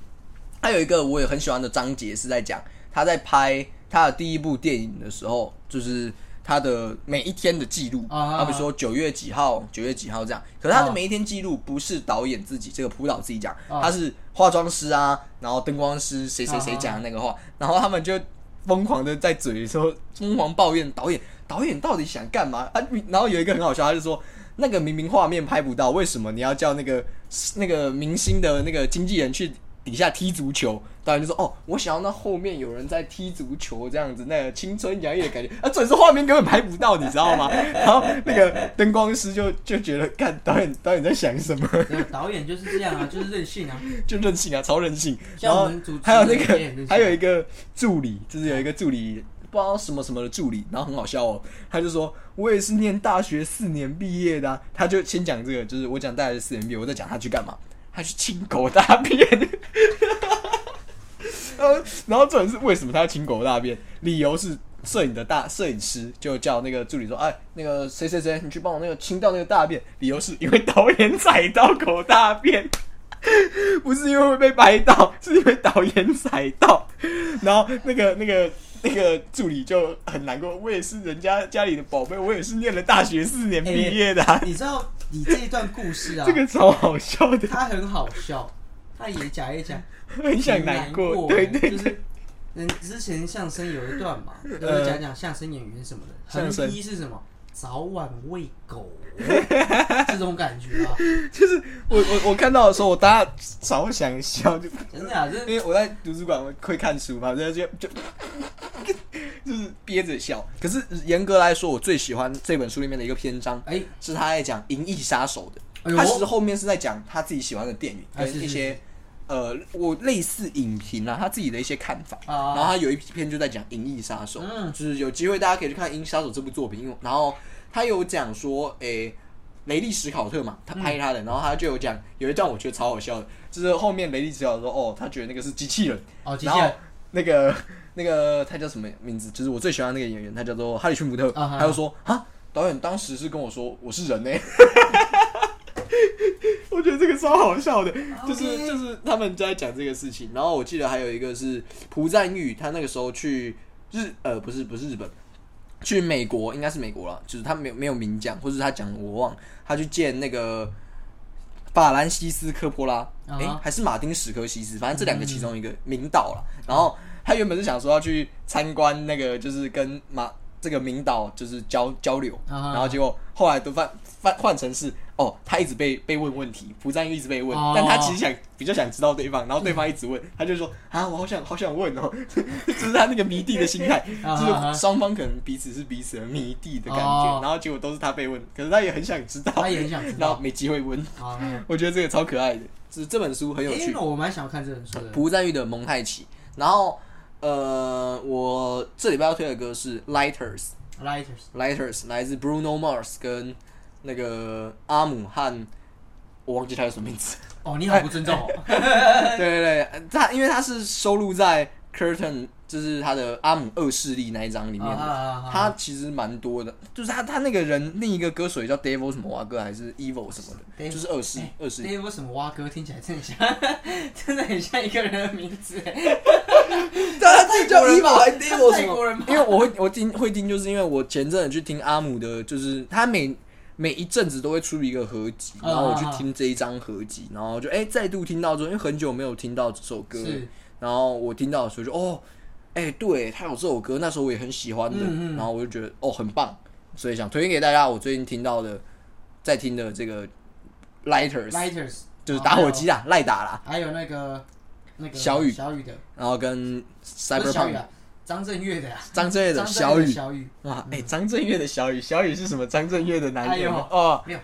还有一个我也很喜欢的章节是在讲他在拍他的第一部电影的时候，就是。他的每一天的记录，
啊
好比说九月几号，九月几号这样。可是他的
啊
每一天记录不是导演自己，这个扑导自己讲，
啊
他是化妆师啊，然后灯光师谁谁谁讲的那个话，然后他们就疯狂的在嘴里说，疯狂抱怨导演，导演到底想干嘛？啊，然后有一个很好笑，他就说。那个明明画面拍不到，为什么你要叫那个 那个明星的那个经纪人去底下踢足球？导演就说：“哦，我想要那后面有人在踢足球这样子，那个青春洋溢的感觉。”啊，准是画面根本拍不到，你知道吗？ 然后那个灯光师就 就觉得，看导演 导演在想什么。
对导演就是这样啊，就是任性啊。
就任性啊，超任性。然
像我
后
们主持人
还有那
也很任
个，
性
还有一个助理，就是有一个助理，不知道什么什么的助理，然后很好笑哦。他就说：“我也是念大学四年毕业的啊、他就先讲这个，就是我讲大学四年毕业，我在讲他去干嘛？他去清狗大便。然后， 然后重点是为什么他要清狗大便？理由是摄影的大摄影师就叫那个助理说：“哎，那个谁谁谁，你去帮我那个清掉那个大便。”理由是因为导演踩到狗大便。 不是因为会被拍到，是因为导演踩到。然后那个那个那个助理就很难过，我也是人家家里的宝贝，我也是念了大学四年毕业 的、啊，
你知道你这一段故事啊
这，个超好笑的，
他很好笑，他也讲一讲，
很想难
难
过。
过，哎
对对对，呃
就是。嗯，之前相声有一段嘛，就是讲讲相声演员什么的，
相
横
声
批是什么？早晚喂 狗，这种感觉啊，
就是我我我看到的时候，我大家超想笑，就
真的啊，这
因为我在图书馆会看书嘛，然后就 就就是憋着笑。可是严格来说，我最喜欢这本书里面的一个篇章，
哎
是他在讲《银翼杀手》的。
哎呦
他其实后面是在讲他自己喜欢的电影
哎
跟
是是
一些呃，我类似影评啊，他自己的一些看法。
啊
然后他有一篇就在讲《银翼杀手》，
嗯
就是有机会大家可以去看《银翼杀手》这部作品，因为然后他有讲说，诶、雷利·史考特嘛，他拍
嗯
他的，然后他就有讲有一段我觉得超好笑的，就是后面雷利·史考特说，哦，他觉得那个是机器人，
哦，接
然
下
后
来
那个那个他叫什么名字？就是我最喜欢的那个演员，他叫做哈里逊·福特。
啊哈
他就说啊，导演当时是跟我说我是人呢、 我觉得这个超好笑的，就是
OK
就是他们在讲这个事情。然后我记得还有一个是朴赞玉，他那个时候去日呃不是不是日本，去美国应该是美国了，就是他没有没有明讲，或是他讲我忘了，他去见那个法兰西斯科波拉，诶，
啊哈
还是马丁史科西斯，反正这两个其中一个名导了。
嗯
然后他原本是想说要去参观那个，就是跟马这个名导就是交交流，
啊哈
然后结果后来都换换换成是哦，他一直被被问问题，朴赞玉一直被问，
哦嗯
但他其实想比较想知道对方，然后对方一直问，他就说啊，我好想好想问哦， 就是他那个迷弟的心态，
啊
就
哈哈
是双方可能彼此是彼此的迷弟的感
哦
觉，然后结果都是他被问，可是他也很想知道，
他也很想知
然后
道。
没机会问。
好，那
我觉得这个超可爱的，就是这本书很有
哎，
趣
那。我蛮想看这本书的。
朴赞玉的《蒙太奇》，然后呃，我这礼拜要推的歌是《Lighters
Lighters》
，Lighters 来自 Bruno Mars 跟那个阿姆汉，我忘记他叫什么名字。 哎
哦，你好不尊重哦。
对对对，他因为他是收录在 Curtain 就是他的阿姆二势力那一张里 面
啊
的，
啊啊啊
哎他其实蛮多的，就是他他那个人另一个歌手也叫 Devil 什么哇哥还是 Evil 什么的，
Devil-
就是二势
哎
二势
那
力，
为什么蛙哥听起来真的像， 真的很像一个人的名字？
他他叫
泰国人吧
Evil 还是 Devil
泰
什
国人吧
么？因为我会我听会听，就是因为我前阵子去听阿姆的，就是他每每一阵子都会出一个合集，
啊
然后我去听这一张合集，然后就哎、再度听到之后，因为很久没有听到这首歌，
是
然后我听到的时候就哦，哎、对他有这首歌，那时候我也很喜欢的，
嗯嗯
然后我就觉得哦很棒，所以想推荐给大家。我最近听到的，在听的这个 Lighters
Lighters，
就是打火机啦，赖打啦，
哦还有，还有那个那个
小雨
小雨的，
然后跟
不是小雨
Cyberpunk
啊，张震岳的啊，
张震岳的
张震
小
岳
雨
的，小雨，
哇，哎、张震岳的小雨，小雨是什么？张震岳的男友、
哎呦
哦，
没有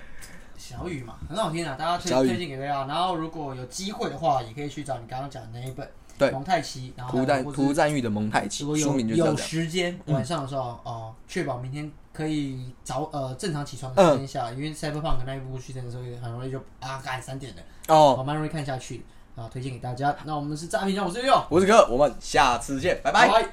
小雨嘛，很好听啊，大家推
小雨
推荐给大家。然后如果有机会的话，也可以去找你刚刚讲的那一本
对
蒙太奇，然后
涂赞
或者是
涂赞玉的蒙太奇
如，果
书
有
名就叫
有
这样。
时间，
嗯
晚上的时候哦，确保明天可以早呃正常起
嗯
床的时间下，因为 Cyberpunk 那一部去的时候也很容易就啊干三点了，
哦，
我蛮容易看下去的啊，推荐给大家。那我们是诈骗家，我是六，
我是哥，我们下次见，拜拜。
拜。